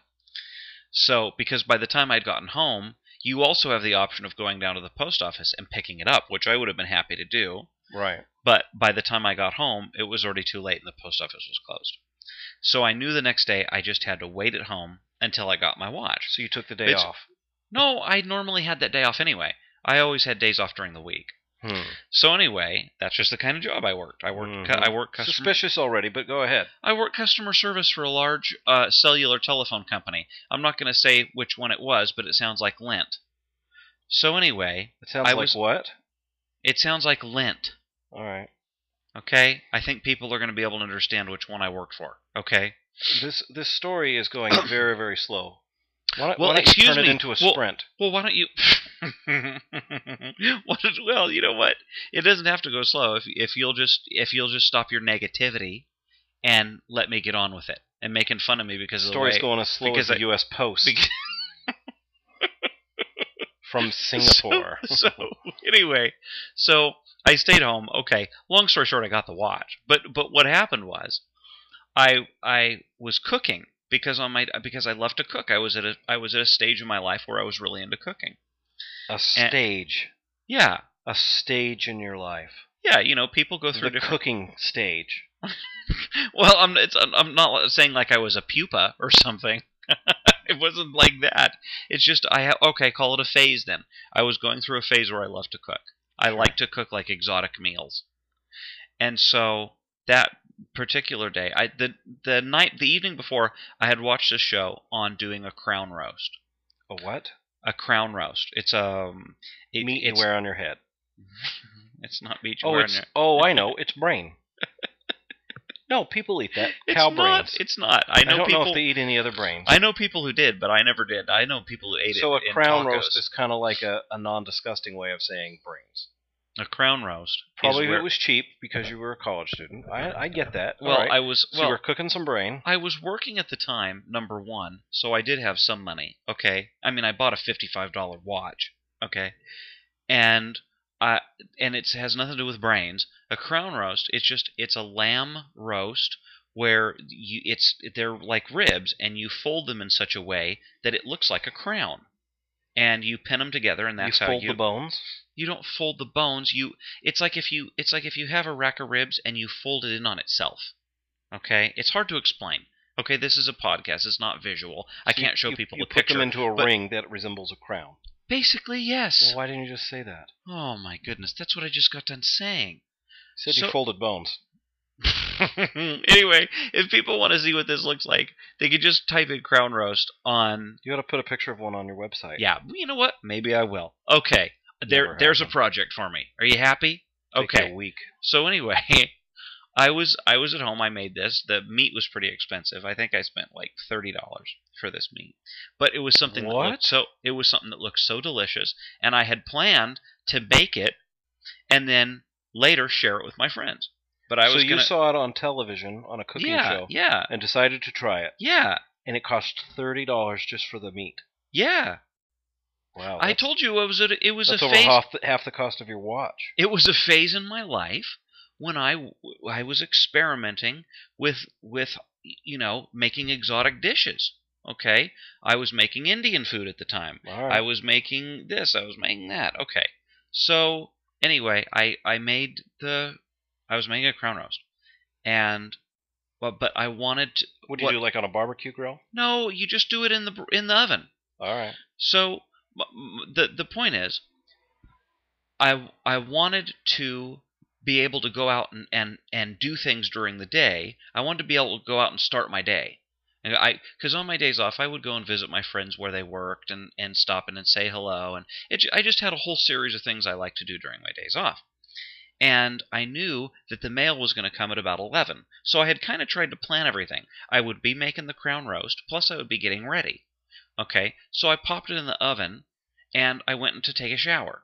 Speaker 1: so because by the time i'd gotten home you also have the option of going down to the post office and picking it up which i would have been happy to do
Speaker 2: right.
Speaker 1: but by the time i got home it was already too late and the post office was closed so i knew the next day i just had to wait at home until i got my watch
Speaker 2: So you took the day
Speaker 1: It's-
Speaker 2: off.
Speaker 1: no i normally had that day off anyway i always had days off during the week
Speaker 2: Hmm.
Speaker 1: so anyway that's just the kind of job i worked i worked cu-
Speaker 2: Mhm.
Speaker 1: i worked customer
Speaker 2: Suspicious already, but go ahead.
Speaker 1: I work customer service for a large uh, cellular telephone company. I'm not going to say which one it was, but it sounds like Lent. So anyway,
Speaker 2: It sounds
Speaker 1: I
Speaker 2: like
Speaker 1: was-
Speaker 2: what?
Speaker 1: it sounds like Lent.
Speaker 2: All right.
Speaker 1: Okay, I think people are going to be able to understand which one I worked for. Okay.
Speaker 2: This this story is going very very slow. Why don't,
Speaker 1: Well,
Speaker 2: why don't you
Speaker 1: excuse
Speaker 2: turn
Speaker 1: me.
Speaker 2: it into a
Speaker 1: Well-
Speaker 2: sprint?
Speaker 1: Well, why don't you? What- well, you know what? It doesn't have to go slow if if you'll just if you'll just stop your negativity and let me get on with it and making fun of me because
Speaker 2: the
Speaker 1: of
Speaker 2: story's
Speaker 1: the way.
Speaker 2: going as slow
Speaker 1: because
Speaker 2: as the
Speaker 1: I-
Speaker 2: U.S. Post
Speaker 1: because-
Speaker 2: from Singapore.
Speaker 1: So, so anyway, so I stayed home. Okay, long story short, I got the watch. But but what happened was, I I was cooking because on my because I love to cook. I was at a I was at a stage in my life where I was really into cooking.
Speaker 2: a stage,
Speaker 1: Yeah,
Speaker 2: a stage in your life,
Speaker 1: yeah. You know, people go through
Speaker 2: the
Speaker 1: different.
Speaker 2: cooking stage.
Speaker 1: well, I'm it's, I'm- I'm not saying like I was a pupa or something. it wasn't like that. It's just I ha- okay, call it a phase then. I was going through a phase where I love to cook. I
Speaker 2: Sure.
Speaker 1: like to cook like exotic meals, and so that particular day, I the the night the evening before, I had watched a show on doing a crown roast.
Speaker 2: A what?
Speaker 1: A crown roast. It's um, it,
Speaker 2: Meat you
Speaker 1: it's,
Speaker 2: wear on your head.
Speaker 1: It's not meat you
Speaker 2: Oh,
Speaker 1: wear on
Speaker 2: it's
Speaker 1: your-
Speaker 2: oh, I know, it's brain. No, people eat that.
Speaker 1: It's
Speaker 2: Cow
Speaker 1: not.
Speaker 2: brains.
Speaker 1: It's not. I know
Speaker 2: I don't
Speaker 1: people.
Speaker 2: know if they eat any other brains.
Speaker 1: I know people who did, but I never did. I know people who ate
Speaker 2: so a
Speaker 1: it. in
Speaker 2: crown
Speaker 1: tacos.
Speaker 2: roast is kind of like a, a non-disgusting way of saying brains.
Speaker 1: a crown roast. is
Speaker 2: Probably
Speaker 1: where-
Speaker 2: it was cheap because you were a college student. I, I get that.
Speaker 1: Well,
Speaker 2: All right.
Speaker 1: I was.
Speaker 2: so
Speaker 1: Well,
Speaker 2: you were cooking some brain.
Speaker 1: I was working at the time, number one, so I did have some money. Okay, I mean, I bought a fifty-five dollar watch. Okay, and I and it has nothing to do with brains. A crown roast. It's just it's a lamb roast where you it's they're like ribs and you fold them in such a way that it looks like a crown, and you pin them together, and that's
Speaker 2: you
Speaker 1: how
Speaker 2: fold
Speaker 1: you
Speaker 2: the bones.
Speaker 1: you don't fold the bones you it's like if you it's like if you have a rack of ribs and you fold it in on itself okay it's hard to explain okay this is a podcast it's not visual i
Speaker 2: So
Speaker 1: can't
Speaker 2: you,
Speaker 1: show
Speaker 2: you-
Speaker 1: people
Speaker 2: You
Speaker 1: a
Speaker 2: put
Speaker 1: picture
Speaker 2: them into a
Speaker 1: but-
Speaker 2: ring that resembles a crown.
Speaker 1: basically yes
Speaker 2: Well, why didn't you just say that?
Speaker 1: oh my goodness that's what i just got done saying
Speaker 2: You said you
Speaker 1: So-
Speaker 2: folded bones.
Speaker 1: anyway if people want to see what this looks like they could just type in crown roast on
Speaker 2: You got to put a picture of one on your website.
Speaker 1: yeah you know what maybe i will okay there
Speaker 2: Never
Speaker 1: there's a
Speaker 2: happened.
Speaker 1: project for me are you happy
Speaker 2: Take you
Speaker 1: okay
Speaker 2: A week.
Speaker 1: So anyway, I was I was at home. I made this. The meat was pretty expensive. I think I spent like thirty dollars for this meat, but it was something that
Speaker 2: What?
Speaker 1: looked so it was something that looked so delicious, and I had planned to bake it and then later share it with my friends. But I
Speaker 2: so
Speaker 1: was
Speaker 2: you
Speaker 1: gonna
Speaker 2: saw it on television on a cooking
Speaker 1: yeah
Speaker 2: show
Speaker 1: yeah
Speaker 2: and decided to try it,
Speaker 1: yeah
Speaker 2: and it cost thirty dollars just for the meat.
Speaker 1: yeah. I
Speaker 2: Wow. Oh, that's-
Speaker 1: told you it was a, it was a
Speaker 2: that's
Speaker 1: phase.
Speaker 2: over half the, half the cost of your watch.
Speaker 1: it was a phase in my life when I, w- I was experimenting with with you know making exotic dishes okay i was making indian food at the time
Speaker 2: All right.
Speaker 1: i was making this i was making that okay so anyway i i made the i was making a crown roast and but but i wanted to,
Speaker 2: what do you
Speaker 1: what-
Speaker 2: do, like on a barbecue grill?
Speaker 1: no you just do it in the br- in the oven
Speaker 2: All right.
Speaker 1: so m- m- the the point is, I I wanted to be able to go out and, and, and do things during the day. I wanted to be able to go out and start my day. And I because on my days off, I would go and visit my friends where they worked and and stop in and say hello. And it ju- I just had a whole series of things I like to do during my days off. And I knew that the mail was going to come at about 11. So I had kind of tried to plan everything. I would be making the crown roast, plus I would be getting ready. Okay, so I popped it in the oven and I went to take a shower.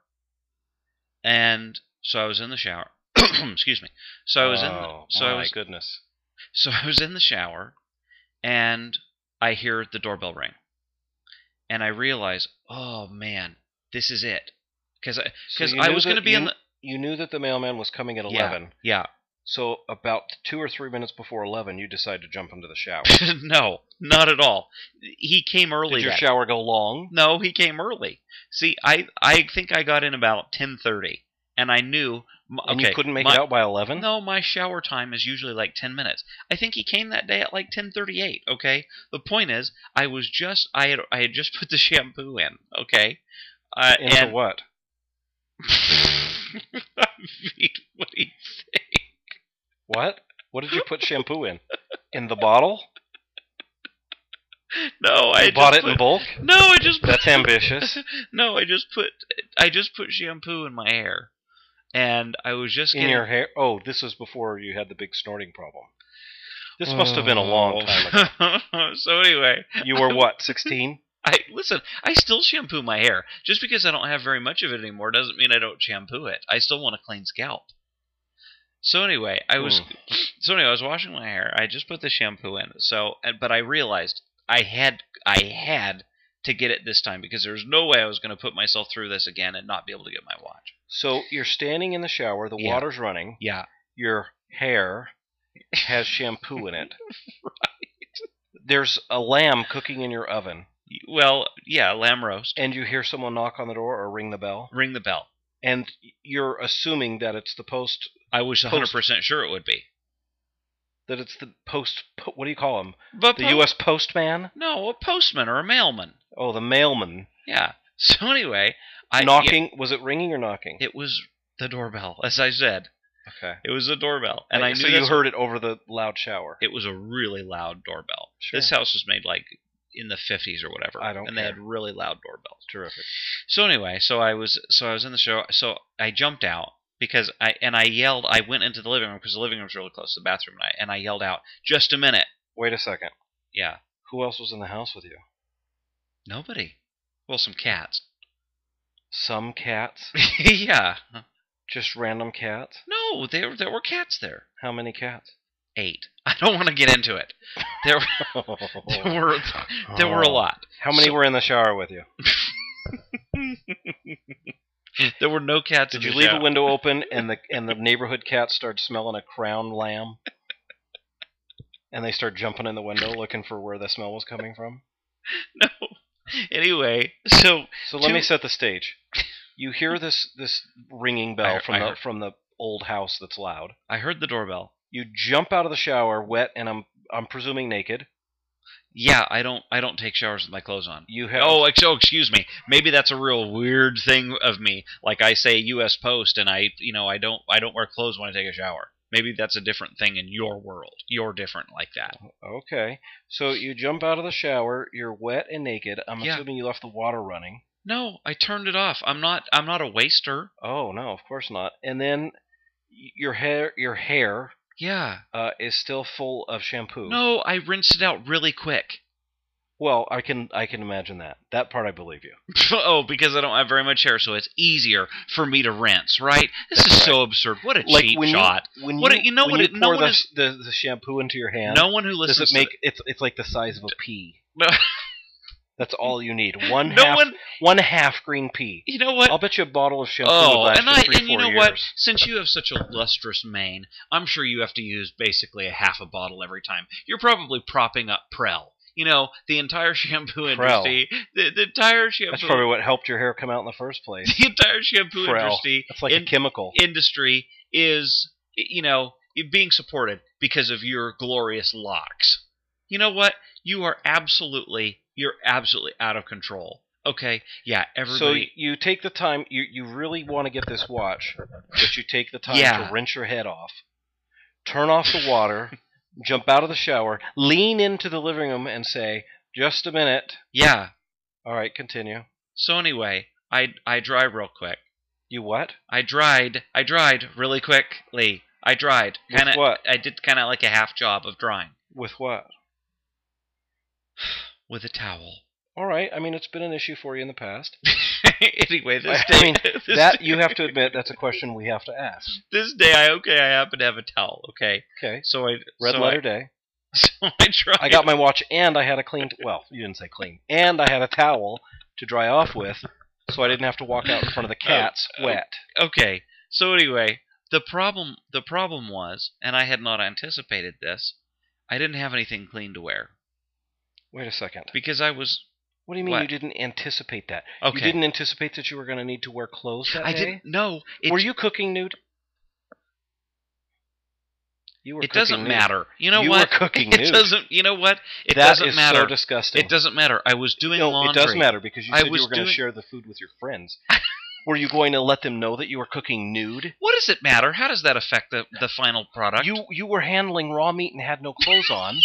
Speaker 1: And so I was in the shower. Excuse me. So I was in the,
Speaker 2: Oh,
Speaker 1: so I
Speaker 2: my
Speaker 1: was
Speaker 2: goodness.
Speaker 1: so I was in the shower and I hear the doorbell ring. And I realize, "Oh man, this is it." Cuz I
Speaker 2: So
Speaker 1: cuz
Speaker 2: you
Speaker 1: I
Speaker 2: knew
Speaker 1: was
Speaker 2: that
Speaker 1: going to be
Speaker 2: you,
Speaker 1: in the
Speaker 2: You knew that the mailman was coming at
Speaker 1: Yeah.
Speaker 2: eleven.
Speaker 1: yeah,
Speaker 2: So about two or three minutes before eleven, you decide to jump into the shower.
Speaker 1: no, not at all. He came early.
Speaker 2: Did your
Speaker 1: that
Speaker 2: shower go long?
Speaker 1: No, he came early. See, I I think I got in about ten thirty, and I knew. m- Okay,
Speaker 2: And you couldn't make
Speaker 1: my,
Speaker 2: it out by eleven? Uh,
Speaker 1: No, my shower time is usually like ten minutes. I think he came that day at like ten thirty eight. Okay. The point is, I was just I had I had just put the shampoo in. Okay. Uh,
Speaker 2: Into
Speaker 1: and
Speaker 2: what?
Speaker 1: I mean, what do you think?
Speaker 2: What? What did you put shampoo in? In the bottle?
Speaker 1: No, I
Speaker 2: You
Speaker 1: just
Speaker 2: bought it
Speaker 1: put,
Speaker 2: in bulk?
Speaker 1: No, I just put
Speaker 2: That's ambitious.
Speaker 1: no, I just put I just put shampoo in my hair, and I was just
Speaker 2: In
Speaker 1: getting
Speaker 2: your hair? Oh, this was before you had the big snorting problem.
Speaker 1: Oh.
Speaker 2: This must have been a long time ago.
Speaker 1: ago. so anyway,
Speaker 2: You were what, 16?
Speaker 1: I listen. I still shampoo my hair. Just because I don't have very much of it anymore doesn't mean I don't shampoo it. I still want a clean scalp. So anyway, I was
Speaker 2: Hmm.
Speaker 1: so anyway I was washing my hair. I just put the shampoo in. So and- but I realized I had I had to get it this time because there was no way I was going to put myself through this again and not be able to get my watch.
Speaker 2: So you're standing in the shower, the
Speaker 1: Yeah.
Speaker 2: water's running,
Speaker 1: Yeah.
Speaker 2: your hair has shampoo in it. There's a lamb cooking in your oven,
Speaker 1: Well, yeah, lamb roast.
Speaker 2: and you hear someone knock on the door or ring the bell,
Speaker 1: Ring the bell.
Speaker 2: and you're assuming that it's the post
Speaker 1: I was 100%
Speaker 2: Post-
Speaker 1: sure it would be.
Speaker 2: that it's the post po- what do you call him
Speaker 1: But
Speaker 2: the
Speaker 1: po-
Speaker 2: u.s postman
Speaker 1: No, a postman or a mailman.
Speaker 2: oh the mailman
Speaker 1: Yeah. So anyway, I
Speaker 2: knocking was it ringing or knocking
Speaker 1: yeah, it was the doorbell, as I said.
Speaker 2: okay
Speaker 1: It was the doorbell, and I knew
Speaker 2: so you
Speaker 1: that's-
Speaker 2: heard it over the loud shower
Speaker 1: it was a really loud doorbell.
Speaker 2: Sure.
Speaker 1: This house was made like in the fifties or whatever,
Speaker 2: I don't
Speaker 1: and they had
Speaker 2: care.
Speaker 1: really loud doorbells.
Speaker 2: terrific
Speaker 1: So anyway, so I was so I was in the show. So I jumped out because I and I yelled. I went into the living room because the living room's really close to the bathroom, and I and I yelled out, "Just a minute!"
Speaker 2: Wait a second.
Speaker 1: Yeah,
Speaker 2: Who else was in the house with you?
Speaker 1: nobody. Well, some cats.
Speaker 2: Some cats.
Speaker 1: yeah.
Speaker 2: Just random cats.
Speaker 1: No, there there were cats there.
Speaker 2: How many cats?
Speaker 1: Eight. I don't want to get into it. There, were-
Speaker 2: Oh,
Speaker 1: there were there were a lot.
Speaker 2: How many
Speaker 1: So-
Speaker 2: were in the shower with you?
Speaker 1: There were no cats.
Speaker 2: Did
Speaker 1: in
Speaker 2: you
Speaker 1: the
Speaker 2: leave
Speaker 1: shower.
Speaker 2: a window open and the and the neighborhood cat started smelling a crown lamb? And they start jumping in the window looking for where the smell was coming from.
Speaker 1: No. Anyway, so
Speaker 2: So let me
Speaker 1: Two-
Speaker 2: set the stage. You hear this this ringing bell
Speaker 1: I-
Speaker 2: from
Speaker 1: I
Speaker 2: the
Speaker 1: heard-
Speaker 2: from the old house that's loud.
Speaker 1: I heard the doorbell.
Speaker 2: You jump out of the shower, wet and I'm I'm presuming naked.
Speaker 1: Yeah, I don't I don't take showers with my clothes on.
Speaker 2: You have
Speaker 1: Oh, ex- oh, excuse me. Maybe that's a real weird thing of me. Like I say U.S. Post, and I, you know, I don't, I don't wear clothes when I take a shower. Maybe that's a different thing in your world. You're different like that.
Speaker 2: Okay. So you jump out of the shower, you're wet and naked. I'm
Speaker 1: Yeah.
Speaker 2: assuming you left the water running.
Speaker 1: No, I turned it off. I'm not, I'm not a waster.
Speaker 2: Oh no, of course not. And then y- your hair your hair
Speaker 1: Yeah.
Speaker 2: uh, is still full of shampoo.
Speaker 1: No, I rinsed it out really quick.
Speaker 2: Well, I can I can imagine that. That part I believe you.
Speaker 1: oh, because I don't have very much hair, so it's easier for me to rinse. Right? This
Speaker 2: That's
Speaker 1: is so absurd. What a cheap
Speaker 2: when
Speaker 1: shot.
Speaker 2: you when
Speaker 1: What
Speaker 2: you,
Speaker 1: it- you know
Speaker 2: when
Speaker 1: what
Speaker 2: you
Speaker 1: it- no
Speaker 2: pour
Speaker 1: one
Speaker 2: the,
Speaker 1: is-
Speaker 2: the the shampoo into your hand.
Speaker 1: no one who
Speaker 2: does it
Speaker 1: listens
Speaker 2: make it's it's like the size of a pea.
Speaker 1: to th-
Speaker 2: That's all you need. One
Speaker 1: no
Speaker 2: half
Speaker 1: one.
Speaker 2: one half green pea.
Speaker 1: You know what?
Speaker 2: I'll bet you a bottle of shampoo would
Speaker 1: Oh,
Speaker 2: last
Speaker 1: and
Speaker 2: you
Speaker 1: I
Speaker 2: three,
Speaker 1: and you
Speaker 2: four
Speaker 1: know
Speaker 2: years.
Speaker 1: what? Since you have such a lustrous mane, I'm sure you have to use basically a half a bottle every time. You're probably propping up Prel. You know, the entire shampoo
Speaker 2: Prel.
Speaker 1: industry, the, the entire shampoo,
Speaker 2: That's probably what helped your hair come out in the first place.
Speaker 1: the entire shampoo
Speaker 2: Prel.
Speaker 1: industry,
Speaker 2: That's like a
Speaker 1: in-
Speaker 2: chemical.
Speaker 1: industry is you know being supported because of your glorious locks. You know what? You are absolutely you're absolutely out of control. Okay, yeah,
Speaker 2: so
Speaker 1: everybody.
Speaker 2: you take the time. You you really want to get this watch, but you take the time
Speaker 1: Yeah.
Speaker 2: to rinse your head off, turn off the water, jump out of the shower, lean into the living room, and say, "Just a minute."
Speaker 1: yeah.
Speaker 2: All right, continue.
Speaker 1: So anyway, I I dry real quick.
Speaker 2: You what?
Speaker 1: I dried. I dried really quickly. I dried.
Speaker 2: With
Speaker 1: Kind of.
Speaker 2: what?
Speaker 1: I did kind of like a half job of drying
Speaker 2: With what?
Speaker 1: with a towel.
Speaker 2: All right. I mean, it's been an issue for you in the past.
Speaker 1: anyway, this
Speaker 2: I
Speaker 1: day,
Speaker 2: mean,
Speaker 1: this,
Speaker 2: that you have to admit, that's a question we have to ask.
Speaker 1: this day, I okay, I happen to have a towel. Okay,
Speaker 2: Okay.
Speaker 1: so I
Speaker 2: Red
Speaker 1: so
Speaker 2: letter
Speaker 1: I,
Speaker 2: day.
Speaker 1: so I tried.
Speaker 2: I got my watch and I had a clean. Well, you didn't say clean. And I had a towel to dry off with, so I didn't have to walk out in front of the
Speaker 1: Oh,
Speaker 2: cats wet.
Speaker 1: okay. So anyway, the problem the problem was, and I had not anticipated this. I didn't have anything clean to wear
Speaker 2: Wait a second.
Speaker 1: because I was
Speaker 2: What do you mean
Speaker 1: What?
Speaker 2: you didn't anticipate that?
Speaker 1: okay.
Speaker 2: You didn't anticipate that you were going to need to wear clothes that
Speaker 1: I
Speaker 2: day?
Speaker 1: didn't know. It,
Speaker 2: were you cooking nude? You were
Speaker 1: it
Speaker 2: cooking
Speaker 1: doesn't
Speaker 2: nude.
Speaker 1: matter. You know
Speaker 2: You
Speaker 1: what?
Speaker 2: were cooking
Speaker 1: it
Speaker 2: nude.
Speaker 1: doesn't. You know what? It
Speaker 2: That
Speaker 1: doesn't
Speaker 2: is so
Speaker 1: matter.
Speaker 2: disgusting.
Speaker 1: it doesn't matter. I was doing
Speaker 2: no,
Speaker 1: laundry.
Speaker 2: it does matter because you
Speaker 1: I
Speaker 2: said you
Speaker 1: was
Speaker 2: were going to
Speaker 1: doing-
Speaker 2: share the food with your friends. were you going to let them know that you were cooking nude?
Speaker 1: What does it matter? How does that affect the, the final product?
Speaker 2: You you were handling raw meat and had no clothes on.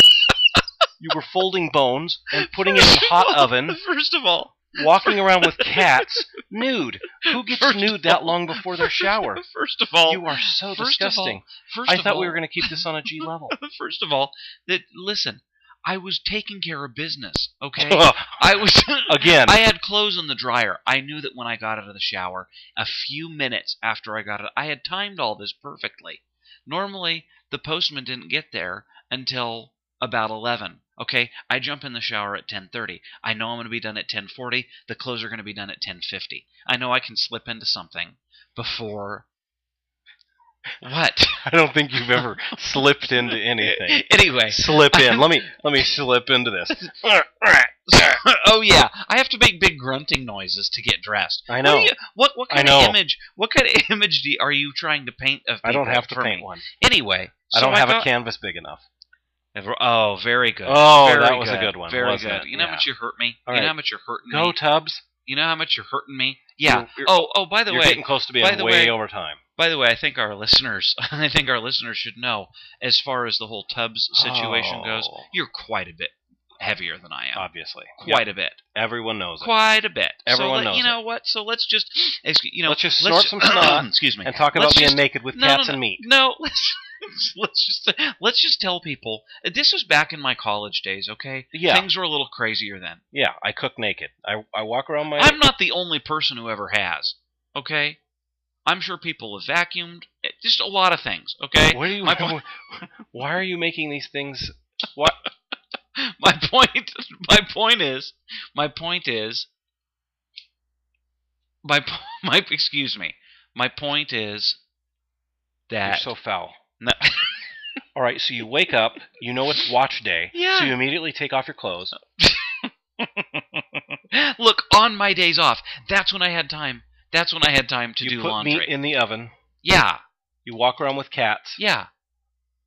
Speaker 2: you were folding bones and putting it in a hot oven,
Speaker 1: First of all,
Speaker 2: walking around with cats nude. Who gets
Speaker 1: First of
Speaker 2: nude that
Speaker 1: all-
Speaker 2: long before their
Speaker 1: first-
Speaker 2: shower?
Speaker 1: First of all,
Speaker 2: You are so
Speaker 1: first of all-
Speaker 2: disgusting.
Speaker 1: first
Speaker 2: I
Speaker 1: of
Speaker 2: thought
Speaker 1: all,
Speaker 2: we were going to keep this on a G level.
Speaker 1: First of all, that listen, I was taking care of business. Okay,
Speaker 2: Again,
Speaker 1: I was. I had clothes in the dryer. I knew that when I got out of the shower, a few minutes after I got it, I had timed all this perfectly. Normally, the postman didn't get there until about 11. Okay, I jump in the shower at 10:30. I know I'm going to be done at 10:40. The clothes are going to be done at 10:50. I know I can slip into something before what?
Speaker 2: I don't think you've ever slipped into anything.
Speaker 1: anyway,
Speaker 2: Slip in. Let me let me slip into this.
Speaker 1: oh yeah, I have to make big grunting noises to get dressed.
Speaker 2: I know.
Speaker 1: What, do you, what, what
Speaker 2: I
Speaker 1: kind
Speaker 2: know.
Speaker 1: of image? What kind of image do, are you trying to paint of?
Speaker 2: I don't
Speaker 1: people
Speaker 2: have to
Speaker 1: for
Speaker 2: paint
Speaker 1: me?
Speaker 2: one.
Speaker 1: Anyway,
Speaker 2: I
Speaker 1: so
Speaker 2: don't have
Speaker 1: got,
Speaker 2: a canvas big enough.
Speaker 1: Oh, very good.
Speaker 2: Oh,
Speaker 1: Very
Speaker 2: that was a good one,
Speaker 1: Very
Speaker 2: wasn't
Speaker 1: good.
Speaker 2: it?
Speaker 1: You know how
Speaker 2: Yeah.
Speaker 1: much you hurt me.
Speaker 2: All
Speaker 1: you
Speaker 2: right.
Speaker 1: know how much you're hurting
Speaker 2: Go
Speaker 1: me.
Speaker 2: Tubbs.
Speaker 1: You know how much you're hurting me. Yeah.
Speaker 2: You're- you're-
Speaker 1: oh, oh. By the
Speaker 2: You're
Speaker 1: way,
Speaker 2: getting close to being
Speaker 1: by the
Speaker 2: way
Speaker 1: way-
Speaker 2: over time.
Speaker 1: by the way, I think our listeners, I think our listeners should know as far as the whole Tubbs situation goes.
Speaker 2: Oh. Uh,
Speaker 1: You're quite a bit, heavier than I am,
Speaker 2: obviously.
Speaker 1: quite a bit,
Speaker 2: Everyone knows it.
Speaker 1: quite a bit.
Speaker 2: Everyone
Speaker 1: so, let-
Speaker 2: knows
Speaker 1: you know what? So let's just, excuse, you know,
Speaker 2: Let's just snort some snot
Speaker 1: excuse me,
Speaker 2: And talk
Speaker 1: Let's
Speaker 2: about being
Speaker 1: just-
Speaker 2: naked with
Speaker 1: No, no,
Speaker 2: cats and meat.
Speaker 1: No, let's let's just let's just tell people this was back in my college days. Okay,
Speaker 2: Yeah.
Speaker 1: things were a little crazier then.
Speaker 2: Yeah, I cook naked. I, I walk around my.
Speaker 1: I'm not the only person who ever has. Okay, I'm sure people have vacuumed. It- Just a lot of things. Okay,
Speaker 2: What are you?
Speaker 1: my point-
Speaker 2: why are you making these things?
Speaker 1: my point my point is my point is my po- my excuse me. My point is
Speaker 2: You're
Speaker 1: that
Speaker 2: so foul.
Speaker 1: no,
Speaker 2: All right, so you wake up. You know it's watch day.
Speaker 1: Yeah.
Speaker 2: So you immediately take off your clothes.
Speaker 1: look on my days off. That's when I had time. That's when I had time to
Speaker 2: you
Speaker 1: do
Speaker 2: put
Speaker 1: laundry.
Speaker 2: meat in the oven.
Speaker 1: Yeah,
Speaker 2: You walk around with cats.
Speaker 1: yeah.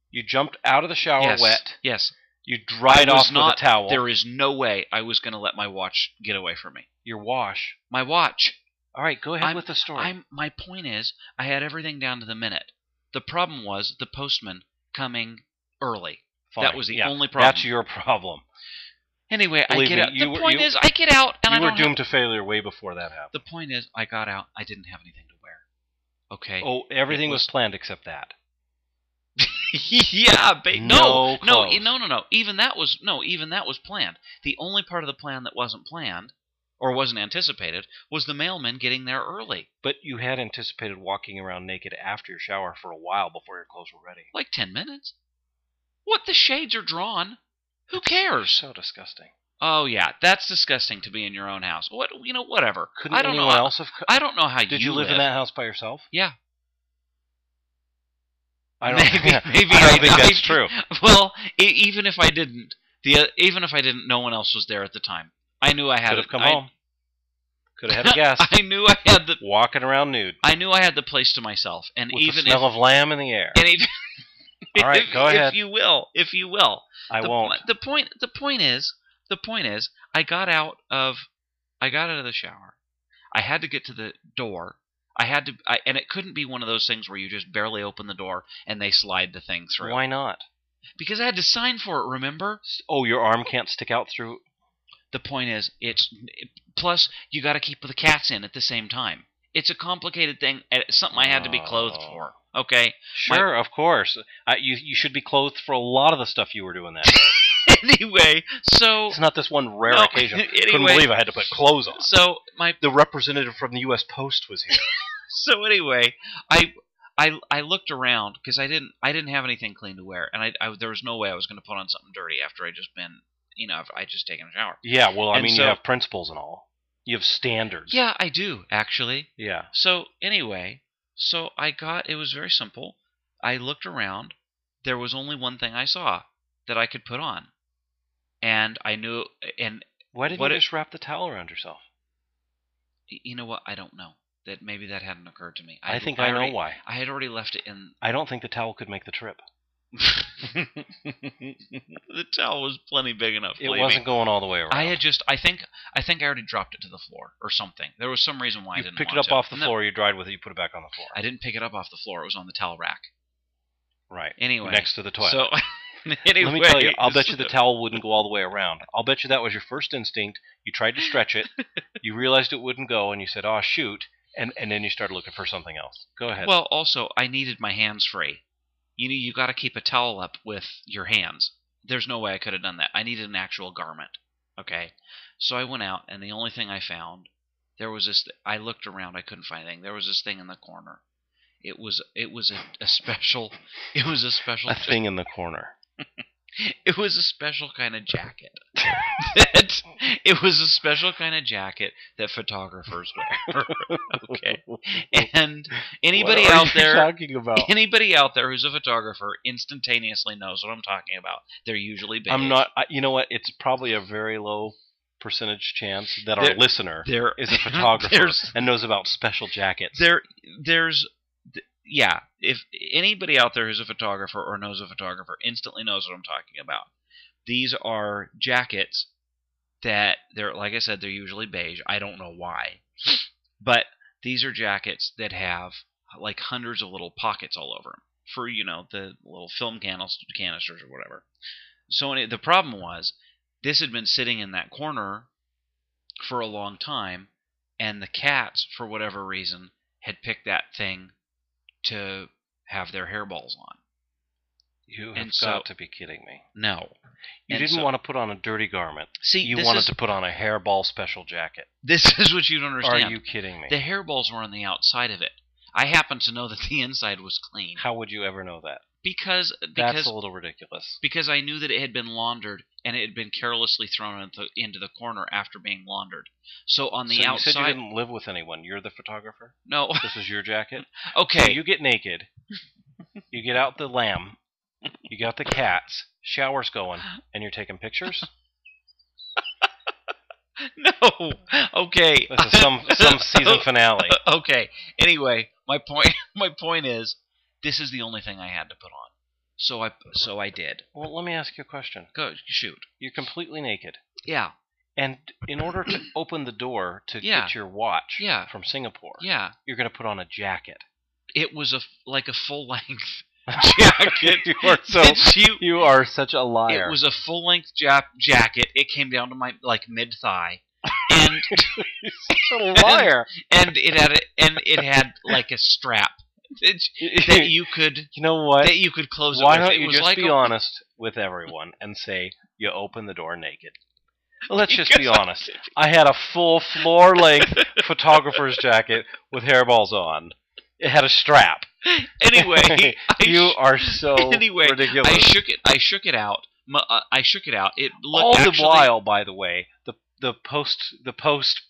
Speaker 2: You jumped out of the shower
Speaker 1: yes,
Speaker 2: wet.
Speaker 1: Yes.
Speaker 2: You dried
Speaker 1: I was
Speaker 2: off
Speaker 1: not-
Speaker 2: with a towel.
Speaker 1: There is no way I was going to let my watch get away from me.
Speaker 2: Your wash.
Speaker 1: My watch.
Speaker 2: All right, go ahead
Speaker 1: I'm-
Speaker 2: with the story.
Speaker 1: I'm. My point is, I had everything down to the minute. The problem was the postman coming early.
Speaker 2: Fine.
Speaker 1: That was the
Speaker 2: Yeah,
Speaker 1: only problem.
Speaker 2: That's your problem.
Speaker 1: anyway,
Speaker 2: Believe
Speaker 1: I get
Speaker 2: me,
Speaker 1: out.
Speaker 2: you
Speaker 1: The
Speaker 2: were-
Speaker 1: point
Speaker 2: you-
Speaker 1: is, I get out and I
Speaker 2: you
Speaker 1: don't. have-
Speaker 2: were doomed to failure way before that happened.
Speaker 1: the point is, I got out. I didn't have anything to wear. Okay.
Speaker 2: Oh, everything
Speaker 1: It
Speaker 2: was,
Speaker 1: was-
Speaker 2: planned except that.
Speaker 1: yeah, ba- no,
Speaker 2: No
Speaker 1: no, e,
Speaker 2: clothes.
Speaker 1: no, no, no. Even that was no, even that was planned. The only part of the plan that wasn't planned or wasn't anticipated was the mailman getting there early,
Speaker 2: But you had anticipated walking around naked after your shower for a while before your clothes were ready.
Speaker 1: like ten minutes. What the shades are drawn? Who cares?
Speaker 2: So disgusting.
Speaker 1: Oh yeah, that's disgusting to be in your own house. What you know, whatever.
Speaker 2: Couldn't
Speaker 1: I don't
Speaker 2: anyone
Speaker 1: know. how-
Speaker 2: else have? co-
Speaker 1: I don't know how
Speaker 2: Did you, live, in that house by yourself?
Speaker 1: Yeah.
Speaker 2: I don't.
Speaker 1: maybe, maybe
Speaker 2: I don't
Speaker 1: I-
Speaker 2: think
Speaker 1: I-
Speaker 2: that's true.
Speaker 1: Well, e- even if I didn't, the uh, even if I didn't, no one else was there at the time. I knew I had
Speaker 2: Could
Speaker 1: it.
Speaker 2: have come
Speaker 1: I-
Speaker 2: home. Could have had a guest.
Speaker 1: I knew I had the
Speaker 2: Walking around nude
Speaker 1: I knew I had the place to myself, and
Speaker 2: with
Speaker 1: even
Speaker 2: the smell
Speaker 1: if,
Speaker 2: of lamb in the air.
Speaker 1: and even
Speaker 2: All right,
Speaker 1: if,
Speaker 2: go ahead.
Speaker 1: if you will, if you will.
Speaker 2: I
Speaker 1: the,
Speaker 2: won't.
Speaker 1: The point the point is the point is I got out of I got out of the shower. I had to get to the door. I had to I, and it couldn't be one of those things where you just barely open the door and they slide the thing through.
Speaker 2: Why not?
Speaker 1: Because I had to sign for it, remember?
Speaker 2: Oh, your arm can't stick out through.
Speaker 1: The point is it's plus you got to keep the cats in at the same time. It's a complicated thing. and It's something I had to be clothed
Speaker 2: Oh.
Speaker 1: for. Okay.
Speaker 2: Sure, of course. I, you you should be clothed for a lot of the stuff you were doing that. day.
Speaker 1: anyway, so
Speaker 2: it's not this one rare
Speaker 1: No,
Speaker 2: occasion. Couldn't
Speaker 1: anyway,
Speaker 2: believe I had to put clothes on.
Speaker 1: so my
Speaker 2: The representative from the U.S. Post was here.
Speaker 1: so anyway, I I I looked around because I didn't I didn't have anything clean to wear, and I, I there was no way I was going to put on something dirty after I just been you know I just taken a shower.
Speaker 2: yeah, well, I
Speaker 1: And
Speaker 2: mean,
Speaker 1: so-
Speaker 2: you have principles and all. You have standards.
Speaker 1: Yeah, I do actually.
Speaker 2: Yeah.
Speaker 1: So anyway, so I got it was very simple. I looked around. There was only one thing I saw that I could put on, and I knew and
Speaker 2: Why didn't
Speaker 1: What
Speaker 2: you
Speaker 1: it-
Speaker 2: just wrap the towel around yourself?
Speaker 1: you know what I don't know that maybe that hadn't occurred to me.
Speaker 2: I, think I,
Speaker 1: already-
Speaker 2: know why.
Speaker 1: I had already left it in
Speaker 2: I don't think the towel could make the trip.
Speaker 1: the towel was plenty big enough.
Speaker 2: It
Speaker 1: believe me.
Speaker 2: wasn't going all the way around.
Speaker 1: I had just. I think. I think I already dropped it to the floor or something. There was some reason why I
Speaker 2: you
Speaker 1: didn't
Speaker 2: picked it
Speaker 1: want
Speaker 2: up
Speaker 1: to.
Speaker 2: off the
Speaker 1: No,
Speaker 2: floor. You dried with it. You put it back on the floor.
Speaker 1: I didn't pick it up off the floor. It was on the towel rack.
Speaker 2: right.
Speaker 1: Anyway,
Speaker 2: Next to the toilet.
Speaker 1: So anyway,
Speaker 2: Let me tell you, I'll bet you the towel wouldn't go all the way around. I'll bet you that was your first instinct. You tried to stretch it, you realized it wouldn't go, and you said, "Oh shoot!" and and then you started looking for something else. Go ahead.
Speaker 1: Well, also I needed my hands free. You know, you got to keep a towel up with your hands. There's no way I could have done that. I needed an actual garment. Okay, so I went out, and the only thing I found there was this. I looked around. I couldn't find anything. There was this thing in the corner. It was it was a, a special it was a special
Speaker 2: a thing in the corner.
Speaker 1: it was a special kind of jacket. that, it was a special kind of jacket that photographers wear. okay. And anybody
Speaker 2: What are
Speaker 1: out
Speaker 2: you
Speaker 1: there
Speaker 2: talking about?
Speaker 1: anybody out there who's a photographer instantaneously knows what I'm talking about. They're usually beige.
Speaker 2: I'm not. I, you know what? It's probably a very low percentage chance that
Speaker 1: There-
Speaker 2: our listener
Speaker 1: there
Speaker 2: is a photographer
Speaker 1: There's
Speaker 2: and knows about special jackets.
Speaker 1: there there's th- yeah, if anybody out there who's a photographer or knows a photographer instantly knows what I'm talking about. These are jackets that they're like I said they're usually beige. I don't know why. But these are jackets that have like hundreds of little pockets all over them for you know the little film canisters, canisters or whatever. So any, the problem was this had been sitting in that corner for a long time, and the cats, for whatever reason, had picked that thing to have their hairballs on.
Speaker 2: You have
Speaker 1: And
Speaker 2: got
Speaker 1: so-
Speaker 2: to be kidding me.
Speaker 1: No,
Speaker 2: You
Speaker 1: And
Speaker 2: didn't
Speaker 1: so-
Speaker 2: want to put on a dirty garment.
Speaker 1: see,
Speaker 2: You
Speaker 1: this
Speaker 2: wanted
Speaker 1: is,
Speaker 2: to put on a hairball special jacket.
Speaker 1: This is what you don't understand.
Speaker 2: Are you kidding me?
Speaker 1: The hairballs were on the outside of it. I happen to know that the inside was clean
Speaker 2: How would you ever know that?
Speaker 1: because
Speaker 2: That's
Speaker 1: because
Speaker 2: a little ridiculous.
Speaker 1: because I knew that it had been laundered and it had been carelessly thrown into the, into the corner after being laundered. So on the
Speaker 2: so you said you
Speaker 1: outside,
Speaker 2: didn't live with anyone. You're the photographer.
Speaker 1: no,
Speaker 2: This is your jacket. So
Speaker 1: okay,
Speaker 2: you get naked. You get out the lamb. You got the cats. Showers going, and you're taking pictures.
Speaker 1: no, okay,
Speaker 2: This is some some season finale.
Speaker 1: okay. Anyway, my point my point is, this is the only thing I had to put on. So I so I did.
Speaker 2: Well, let me ask you a question.
Speaker 1: Go shoot.
Speaker 2: You're completely naked,
Speaker 1: Yeah,
Speaker 2: and in order to open the door to
Speaker 1: Yeah.
Speaker 2: get your watch
Speaker 1: Yeah.
Speaker 2: from Singapore,
Speaker 1: yeah.
Speaker 2: you're going to put on a jacket.
Speaker 1: It was a f- like a full length jacket.
Speaker 2: you are so
Speaker 1: that you
Speaker 2: you are such a liar.
Speaker 1: It was a full length ja- jacket. It came down to my like mid thigh, and
Speaker 2: You're such a liar.
Speaker 1: and it had a, and it had like a strap that, that you could
Speaker 2: you know what?
Speaker 1: that you could close.
Speaker 2: Why
Speaker 1: it with.
Speaker 2: don't
Speaker 1: It
Speaker 2: you
Speaker 1: was
Speaker 2: just
Speaker 1: like
Speaker 2: be
Speaker 1: a-
Speaker 2: honest with everyone and say you open the door naked? Well, let's just be
Speaker 1: Because I
Speaker 2: honest. I had a full floor length photographer's jacket with hairballs on. It had a strap.
Speaker 1: Anyway, I
Speaker 2: you
Speaker 1: sh-
Speaker 2: are so
Speaker 1: Anyway,
Speaker 2: ridiculous.
Speaker 1: I shook it. I shook it out. My, uh, I shook it out. It looked
Speaker 2: All
Speaker 1: actually,
Speaker 2: the while, by the way, the the post the post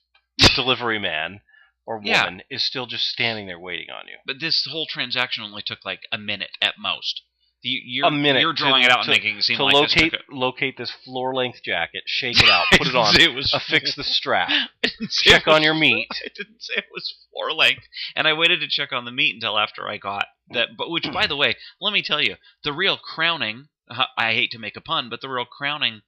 Speaker 2: delivery man or
Speaker 1: Yeah.
Speaker 2: woman is still just standing there waiting on you.
Speaker 1: But this whole transaction only took like a minute at most. You, you're,
Speaker 2: A minute
Speaker 1: You're drawing
Speaker 2: to-
Speaker 1: it out
Speaker 2: to-
Speaker 1: and making it seem
Speaker 2: to
Speaker 1: like this
Speaker 2: locate
Speaker 1: took
Speaker 2: locate this floor length jacket, shake it out, put it on,
Speaker 1: It was
Speaker 2: affix the strap.
Speaker 1: I didn't say
Speaker 2: check
Speaker 1: it was-
Speaker 2: on your meat.
Speaker 1: I didn't say it was floor length, and I waited to check on the meat until after I got that. But which, by the way, let me tell you, the real crowning. uh, I hate to make a pun, but the real crowning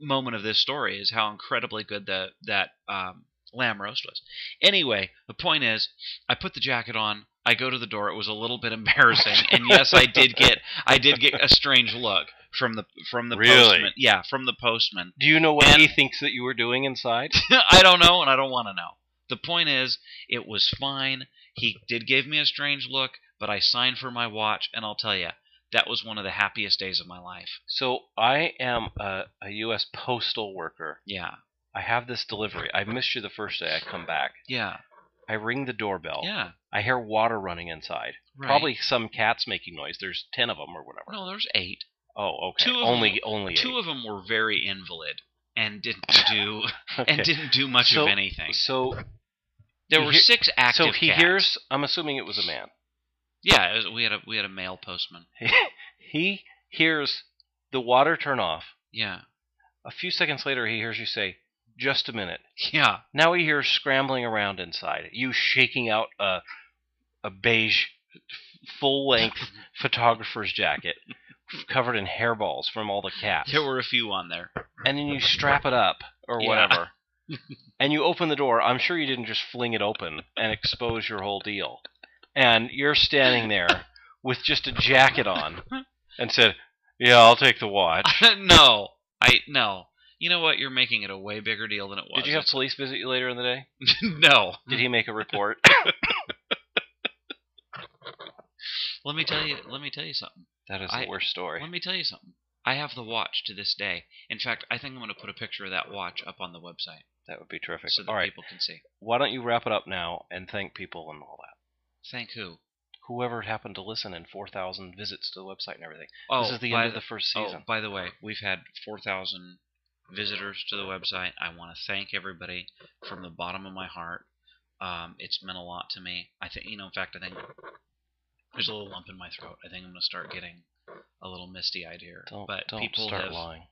Speaker 1: moment of this story is how incredibly good the that um, lamb roast was. Anyway, the point is, I put the jacket on. I go to the door. It was a little bit embarrassing, and yes, I did get I did get a strange look from the from the
Speaker 2: Really?
Speaker 1: postman. Yeah, from the postman.
Speaker 2: Do you know what
Speaker 1: And-
Speaker 2: he thinks that you were doing inside?
Speaker 1: I don't know, and I don't want to know. The point is, it was fine. He did give me a strange look, but I signed for my watch, and I'll tell you, that was one of the happiest days of my life.
Speaker 2: So I am a, a U.S. postal worker.
Speaker 1: Yeah,
Speaker 2: I have this delivery. I missed you the first day. I come back.
Speaker 1: yeah,
Speaker 2: I ring the doorbell.
Speaker 1: yeah.
Speaker 2: I hear water running inside.
Speaker 1: Right.
Speaker 2: Oh, Probably some cats making noise. There's ten of them or whatever.
Speaker 1: no. There's eight.
Speaker 2: Oh, okay.
Speaker 1: Two of 'em-
Speaker 2: only, only
Speaker 1: Two
Speaker 2: eight.
Speaker 1: of them were very invalid and didn't do
Speaker 2: okay.
Speaker 1: and didn't do much
Speaker 2: So-
Speaker 1: of anything.
Speaker 2: so,
Speaker 1: There
Speaker 2: he
Speaker 1: were
Speaker 2: hear-
Speaker 1: six active.
Speaker 2: so he
Speaker 1: cats.
Speaker 2: hears. I'm assuming it was a man.
Speaker 1: Yeah, it was, we had a we had a male postman.
Speaker 2: he hears the water turn off.
Speaker 1: Yeah,
Speaker 2: A few seconds later, he hears you say, "Just a minute."
Speaker 1: yeah.
Speaker 2: Now we hear scrambling around inside. You shaking out a a beige full length photographer's jacket covered in hairballs from all the cats.
Speaker 1: There were a few on there.
Speaker 2: and then you strap it up or
Speaker 1: Yeah.
Speaker 2: whatever. and you open the door. I'm sure you didn't just fling it open and expose your whole deal. And you're standing there with just a jacket on and said, "Yeah, I'll take the watch."
Speaker 1: no, I no. You know what? You're making it a way bigger deal than it was.
Speaker 2: Did you have police visit you later in the day?
Speaker 1: no.
Speaker 2: Did he make a report?
Speaker 1: Let me tell you. Let me tell you something.
Speaker 2: that is
Speaker 1: I-
Speaker 2: the worst story.
Speaker 1: Let me tell you something. I have the watch to this day. In fact, I think I'm going to put a picture of that watch up on the website
Speaker 2: That would be terrific.
Speaker 1: so that
Speaker 2: All right.
Speaker 1: people can see.
Speaker 2: why don't you wrap it up now and thank people and all that?
Speaker 1: Thank who?
Speaker 2: Whoever happened to listen and 4,000 visits to the website and everything.
Speaker 1: Oh,
Speaker 2: this is the
Speaker 1: by
Speaker 2: end of the first
Speaker 1: oh,
Speaker 2: season.
Speaker 1: by the way, we've had 4,000 visitors to the website. I want to thank everybody from the bottom of my heart. Um, it's meant a lot to me. I think you know. In fact, I think there's a little lump in my throat. I think I'm going to start getting a little misty-eyed here.
Speaker 2: don't
Speaker 1: but
Speaker 2: don't
Speaker 1: people
Speaker 2: start
Speaker 1: have,
Speaker 2: lying.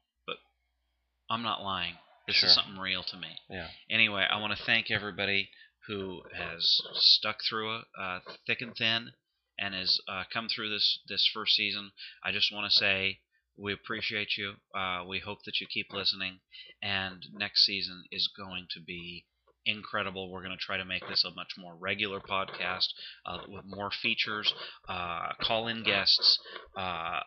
Speaker 1: I'm not lying. This
Speaker 2: Sure.
Speaker 1: is something real to me.
Speaker 2: Yeah.
Speaker 1: Anyway, I want to thank everybody who has stuck through uh, thick and thin and has uh, come through this this first season. I just want to say we appreciate you. Uh, we hope that you keep listening, and next season is going to be incredible. We're going to try to make this a much more regular podcast uh, with more features, uh, call-in guests, uh,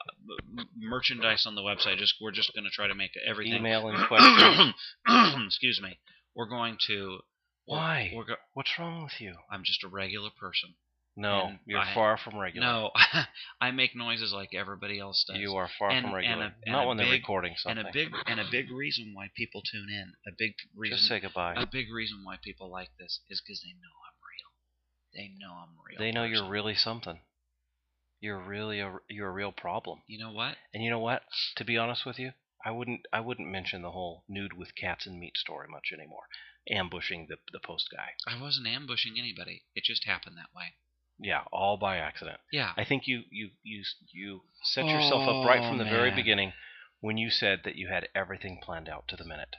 Speaker 1: m- merchandise on the website. Just we're just going to try to make everything.
Speaker 2: Email and questions.
Speaker 1: Excuse me. We're going to.
Speaker 2: Why?
Speaker 1: We're go-
Speaker 2: What's wrong with you?
Speaker 1: I'm just a regular person.
Speaker 2: No,
Speaker 1: And
Speaker 2: you're
Speaker 1: I-
Speaker 2: far from regular.
Speaker 1: No, I make noises like everybody else does.
Speaker 2: you are far
Speaker 1: And- and
Speaker 2: from regular.
Speaker 1: a- and
Speaker 2: Not
Speaker 1: a
Speaker 2: when they're
Speaker 1: big-
Speaker 2: recording
Speaker 1: and
Speaker 2: something.
Speaker 1: a big and a big reason why people tune in. A big reason.
Speaker 2: Just say goodbye.
Speaker 1: a big reason why people like this is because they know I'm real. They know I'm a real.
Speaker 2: they know
Speaker 1: person.
Speaker 2: you're really something. You're really a you're a real problem.
Speaker 1: You know what?
Speaker 2: And you know what? To be honest with you, I wouldn't I wouldn't mention the whole nude with cats and meat story much anymore. Ambushing the the post guy.
Speaker 1: I wasn't ambushing anybody. It just happened that way.
Speaker 2: Yeah, all by accident.
Speaker 1: Yeah.
Speaker 2: I think you you you you set yourself up right
Speaker 1: Oh,
Speaker 2: from the very
Speaker 1: man.
Speaker 2: beginning when you said that you had everything planned out to the minute.